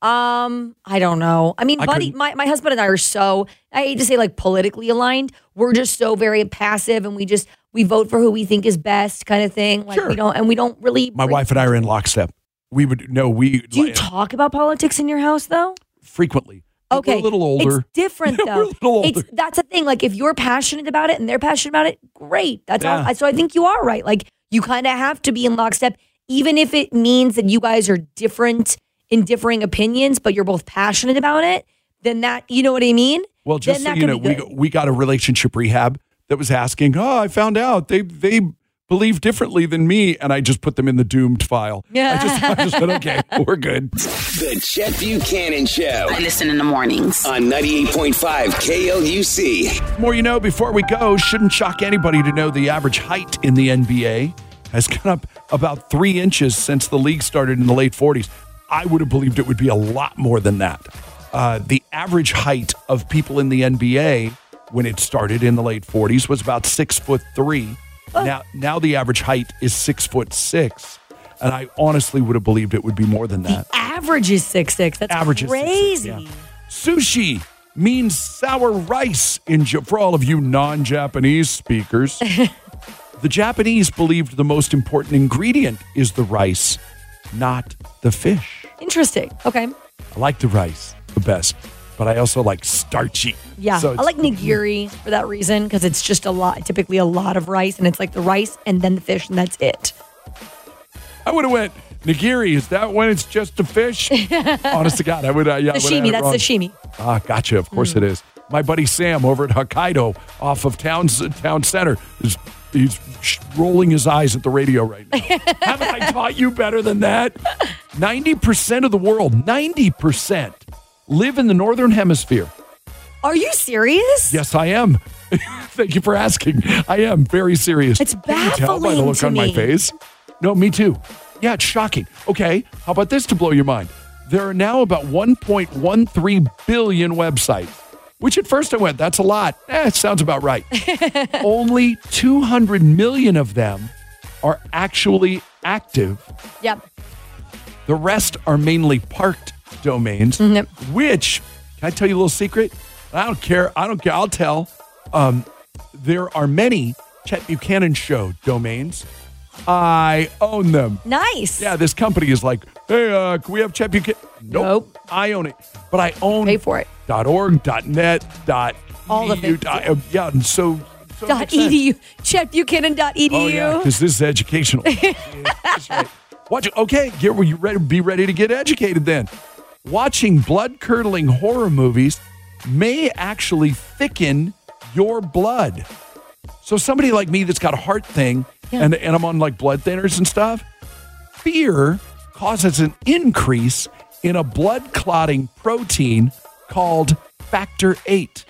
Um, I don't know. I mean, I buddy, couldn't- my, my husband and I are so I hate to say like politically aligned. We're just so very passive, and we just we vote for who we think is best, kind of thing. Like we don't, and we don't really My wife and I are in lockstep. We would no, we Do you talk about politics in your house though? frequently. But Okay. we're a little older. It's (laughs) different though. It's that's the thing. Like if you're passionate about it and they're passionate about it, great. That's Yeah. all. So I think you are right. Like you kind of have to be in lockstep, even if it means that you guys are different in differing opinions, but you're both passionate about it. Then that you know what I mean. Well, just then so that you could know, be we good. got- we got a relationship rehab that was asking, "Oh, I found out they they believe differently than me," and I just put them in the doomed file. Yeah. I just, I just (laughs) said, "Okay, we're good." The Chet Buchanan Show. I listen in the mornings. On 98.5 KLUC. More you know. Before we go, shouldn't shock anybody to know the average height in the NBA has gone up about three inches since the league started in the late 40s. I would have believed it would be a lot more than that. Uh, the average height of people in the NBA when it started in the late 40s was about six foot three. Now, now the average height is six foot six, and I honestly would have believed it would be more than that. average is six six. That's Average is six, six, crazy. yeah. Sushi means sour rice in Ja- for all of you (laughs) non-Japanese speakers. the Japanese believed the most important ingredient is the rice, not the fish. Interesting. Okay. I like the rice the best, but I also like starchy. Yeah, So I it's- like nigiri for that reason because it's just a lot, typically a lot of rice, and it's like the rice and then the fish, and that's it. I would have went nigiri. Is that when it's just (laughs) a fish? Honest to God, I would. Uh, yeah, I would've had sashimi, it that's wrong. sashimi. Ah, gotcha. Of course it is. My buddy Sam over at Hokkaido, off of town town center, is he's sh- rolling his eyes at the radio right now. Haven't I taught you better than that? Ninety percent of the world, ninety percent, live in the northern hemisphere. Are you serious? Yes, I am. (laughs) Thank you for asking. I am very serious. It's baffling Can you tell by the baffling look to on my me. face? No, me too. Yeah, it's shocking. Okay, how about this to blow your mind? There are now about 1.13 billion websites, which at first I went, that's a lot. Eh, it sounds (laughs) about right. Only 200 million of them are actually active. Yep. The rest are mainly parked domains, Mm-hmm, which can I tell you a little secret? I don't care. I don't care. I'll tell. Um, there are many Chet Buchanan show domains. I own them. Nice. Yeah, this company is like, hey, uh, can we have Chet Buchanan? Nope. I own it, but I own. Pay for it. .org, .net, dot All of edu, it. dot- uh, yeah, and so. so it Dot E makes sense. edu. Chet Buchanan dot E edu. Oh yeah, because this is educational. Watch. Okay, get you ready. Be ready to get educated. Then, watching blood curdling horror movies may actually thicken your blood. So somebody like me that's got a heart thing, and and I'm on like blood thinners and stuff. Fear causes an increase in a blood clotting protein called factor eight.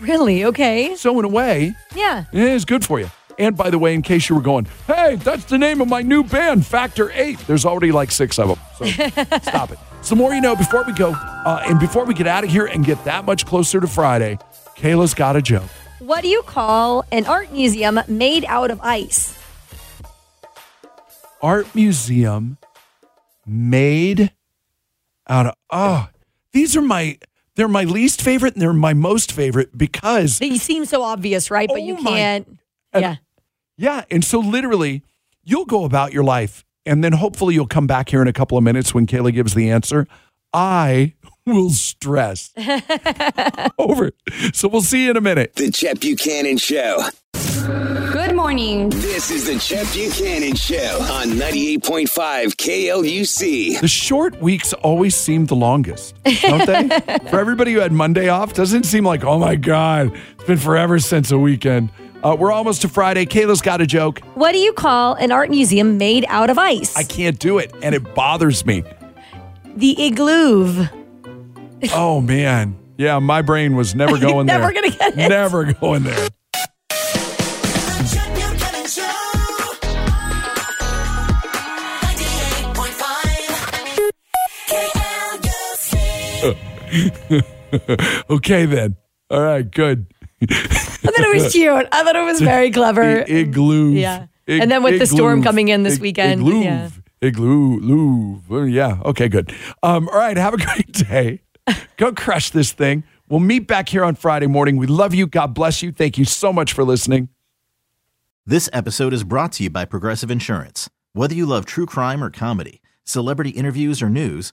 Really? Okay. So in a way, Yeah. it is good for you. And by the way, in case you were going, hey, that's the name of my new band, Factor 8. There's already like six of them. So stop it. So, the more you know, before we go, uh, and before we get out of here and get that much closer to Friday, Kayla's got a joke. What do you call an art museum made out of ice? Art museum made out of, oh, these are my, they're my least favorite and they're my most favorite because They seem so obvious, right? But Oh, you can't. Yeah. Yeah. And so literally, you'll go about your life and then hopefully you'll come back here in a couple of minutes when Kayla gives the answer. I (laughs) (laughs) will stress over. it. So we'll see you in a minute. The Chet Buchanan Show. Good morning. This is the Chet Buchanan Show on 98.5 KLUC. The short weeks always seem the longest, (laughs) don't they? For everybody who had Monday off, doesn't seem like, oh my God, it's been forever since a weekend. Uh, we're almost to Friday. Kayla's got a joke. What do you call an art museum made out of ice? I can't do it, and it bothers (laughs) me. the igloo. Oh man, yeah, my brain (laughs) was never going there. Never gonna get it. Never (laughs) going there. (laughs) okay then. All right, good. I thought (laughs) it was cute. I thought it was very clever. Igloo. Yeah. And then with the storm coming in this weekend, Igloo. yeah. Igloo, Lou. Oh, Yeah. Okay, good. Um, all right. Have a (laughs) great day. Go crush this thing. We'll meet back here on Friday morning. We love you. God bless you. Thank you so much for listening. This episode is brought to you by Progressive Insurance. Whether you love true crime or comedy, celebrity interviews or news,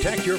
Protect your